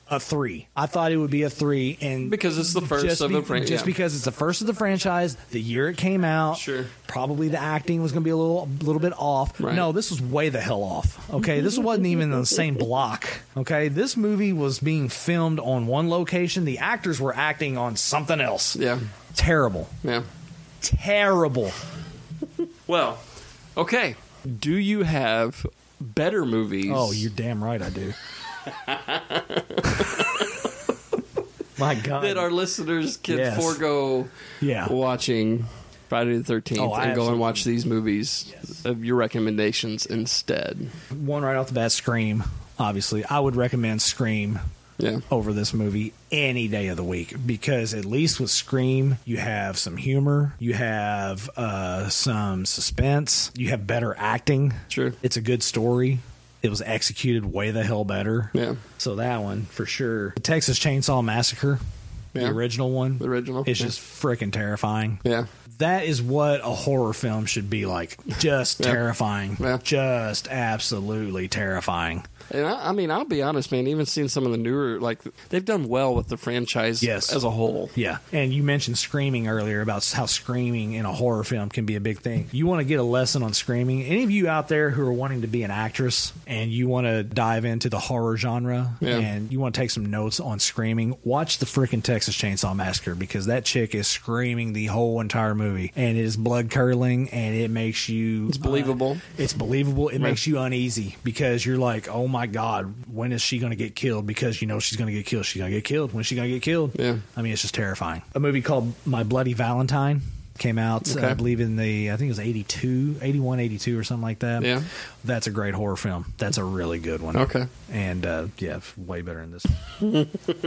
A: A three. I thought it would be a three, and
C: Because it's the first
A: just
C: of
A: be-
C: the fran-
A: Just
C: yeah.
A: because it's the first of the franchise, the year it came out. Sure. Probably the acting was going to be a little, little bit off. No, this was way the hell off. Okay, this wasn't even in the same block. Okay, this movie was being filmed on one location. The actors were acting on something else.
C: Yeah.
A: Terrible.
C: Yeah.
A: Terrible.
C: Well, okay. Do you have better movies?
A: Oh, you're damn right I do. My God.
C: that our listeners can
A: Yes.
C: forego
A: Yeah.
C: watching Friday the Thirteenth
A: Oh, I
C: and go and watch these movies of your recommendations instead.
A: One right off the bat, Scream. Obviously, I would recommend Scream. Over this movie any day of the week because at least with Scream you have some humor, you have uh, some suspense, you have better acting.
C: Sure,
A: it's a good story. It was executed way the hell better.
C: Yeah,
A: so that one for sure. The Texas Chainsaw Massacre,
C: Yeah.
A: the original one, the
C: original,
A: it's
C: yeah.
A: just freaking terrifying.
C: Yeah.
A: That is what a horror film should be like. Just
C: Yeah.
A: terrifying. Just absolutely terrifying.
C: And I, I mean, I'll be honest, man. Even seeing some of the newer, like they've done well with the franchise
A: Yes.
C: as a whole.
A: Yeah. And you mentioned screaming earlier about how screaming in a horror film can be a big thing. You want to get a lesson on screaming. Any of you out there who are wanting to be an actress and you want to dive into the horror genre
C: Yeah.
A: and you want to take some notes on screaming, watch the freaking Texas Chainsaw Massacre because that chick is screaming the whole entire movie and it is blood curdling and it makes you It's
C: believable.
A: it's believable. It
C: Yeah.
A: makes you uneasy because you're like, "Oh my god, when is she going to get killed?" Because you know she's going to get killed. She's going to get killed. When is she going to get killed? Yeah. I mean, it's just terrifying. A movie called My Bloody Valentine came out,
C: Okay.
A: I believe in the I think it was 82, 81, 82 or something like that.
C: Yeah.
A: That's a great horror film. That's a really good one.
C: Okay.
A: And uh, yeah, f- way better in this.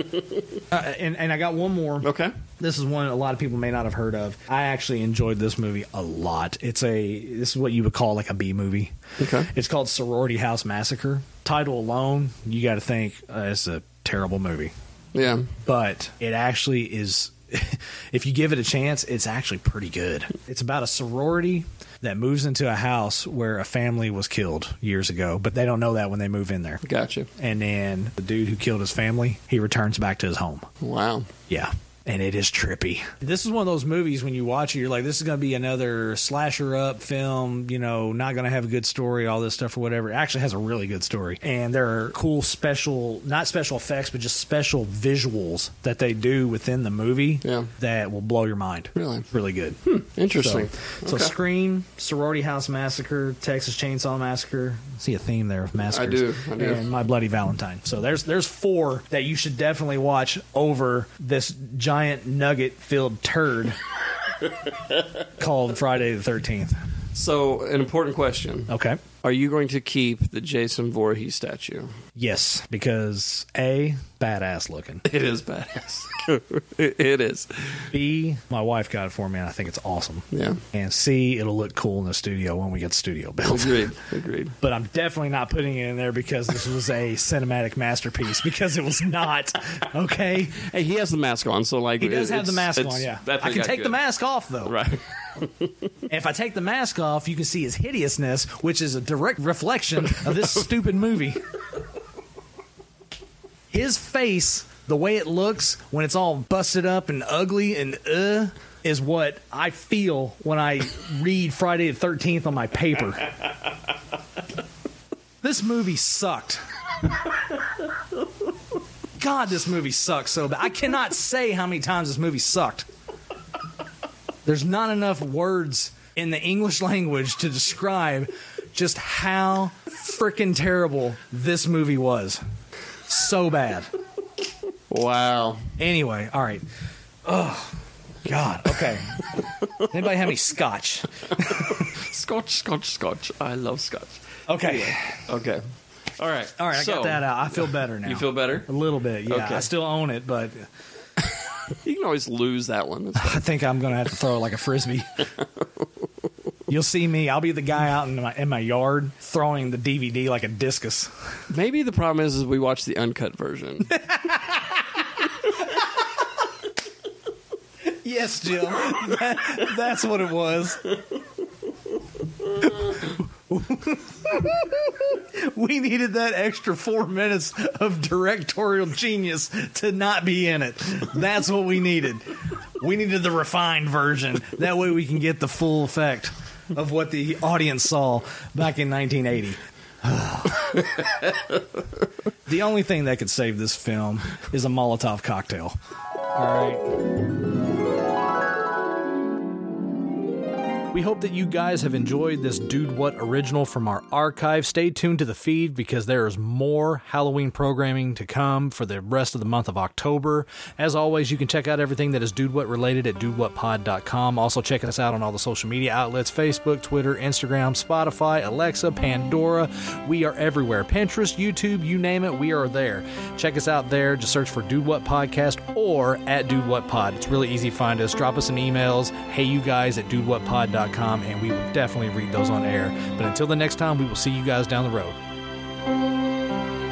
A: uh, and and I got one more.
C: Okay.
A: This is one a lot of people may not have heard of. I actually enjoyed this movie a lot. It's a this is what you would call like a B movie. Okay. It's called Sorority House Massacre. Title alone, you got to think uh, it's a terrible movie.
C: Yeah.
A: But it actually is if you give it a chance, it's actually pretty good. It's about a sorority that moves into a house where a family was killed years ago, but they don't know that when they move in there.
C: Gotcha.
A: And then the dude who killed his family, he returns back to his home.
C: Wow.
A: Yeah. and it is trippy. This is one of those movies when you watch it, you're like, this is going to be another slasher up film, you know, not going to have a good story, all this stuff or whatever. It actually has a really good story. And there are cool special, not special effects, but just special visuals that they do within the movie that will blow your mind. Really? Really good.
C: interesting.
A: So, so
C: Okay.
A: Scream, Sorority House Massacre, Texas Chainsaw Massacre. I see a theme there of massacres.
C: do, I do.
A: And My Bloody Valentine. So there's there's four that you should definitely watch over this giant nugget filled turd called Friday the Thirteenth.
C: So, an important question.
A: Okay.
C: Are you going to keep the Jason Voorhees statue?
A: Yes, because a badass looking.
C: It is badass. it is.
A: B, my wife got it for me, and I think it's awesome.
C: Yeah.
A: And C, it'll look cool in the studio when we get the studio built.
C: Agreed. Agreed.
A: But I'm definitely not putting it in there because this was a cinematic masterpiece. Because it was not. Okay.
C: Hey, he has the mask on, so like
A: He does have the
C: it's-
A: mask
C: it's
A: on, yeah.
C: definitely
A: I can
C: got
A: take the
C: good.
A: mask off though.
C: Right.
A: And if I take the mask off, you can see his hideousness, which is a direct reflection of this stupid movie. His face, the way it looks when it's all busted up and ugly and uh, is what I feel when I read Friday the 13th on my paper. this movie sucked. God, this movie sucks so bad. I cannot say how many times this movie sucked. There's not enough words in the English language to describe just how freaking terrible this movie was. So bad.
C: Wow.
A: Anyway, all right. Oh, God. Okay. Anybody have any scotch?
C: scotch, scotch, scotch. I love scotch.
A: Okay.
C: Okay. All right.
A: All right, I
C: So-
A: got that out. I feel better now.
C: You feel better?
A: A little bit, yeah.
C: Okay.
A: I still own it, but
C: You can always lose that one. That's
A: I think I'm going to have to throw it like a frisbee. You'll see me. I'll be the guy out in my in my yard throwing the DVD like a discus.
C: Maybe the problem is, is we watch the uncut version.
A: Yes, Jim. That- that's what it was. we needed that extra four minutes of directorial genius to not be in it. That's what we needed. We needed the refined version. That way we can get the full effect of what the audience saw back in 1980. the only thing that could save this film is a Molotov cocktail. All right. We hope that you guys have enjoyed this Dude What original from our archive. Stay tuned to the feed because there is more Halloween programming to come for the rest of the month of October. As always, you can check out everything that is Dude What related at dudewhatpod.com. Also, check us out on all the social media outlets Facebook, Twitter, Instagram, Spotify, Alexa, Pandora. We are everywhere Pinterest, YouTube, you name it, we are there. Check us out there. Just search for Dude What Podcast or at Dude What Pod. It's really easy to find us. Drop us some emails. Hey, you guys at dudewhatpod.com, and we will definitely read those on air. But until the next time, we will see you guys down the road.
D: Thank you.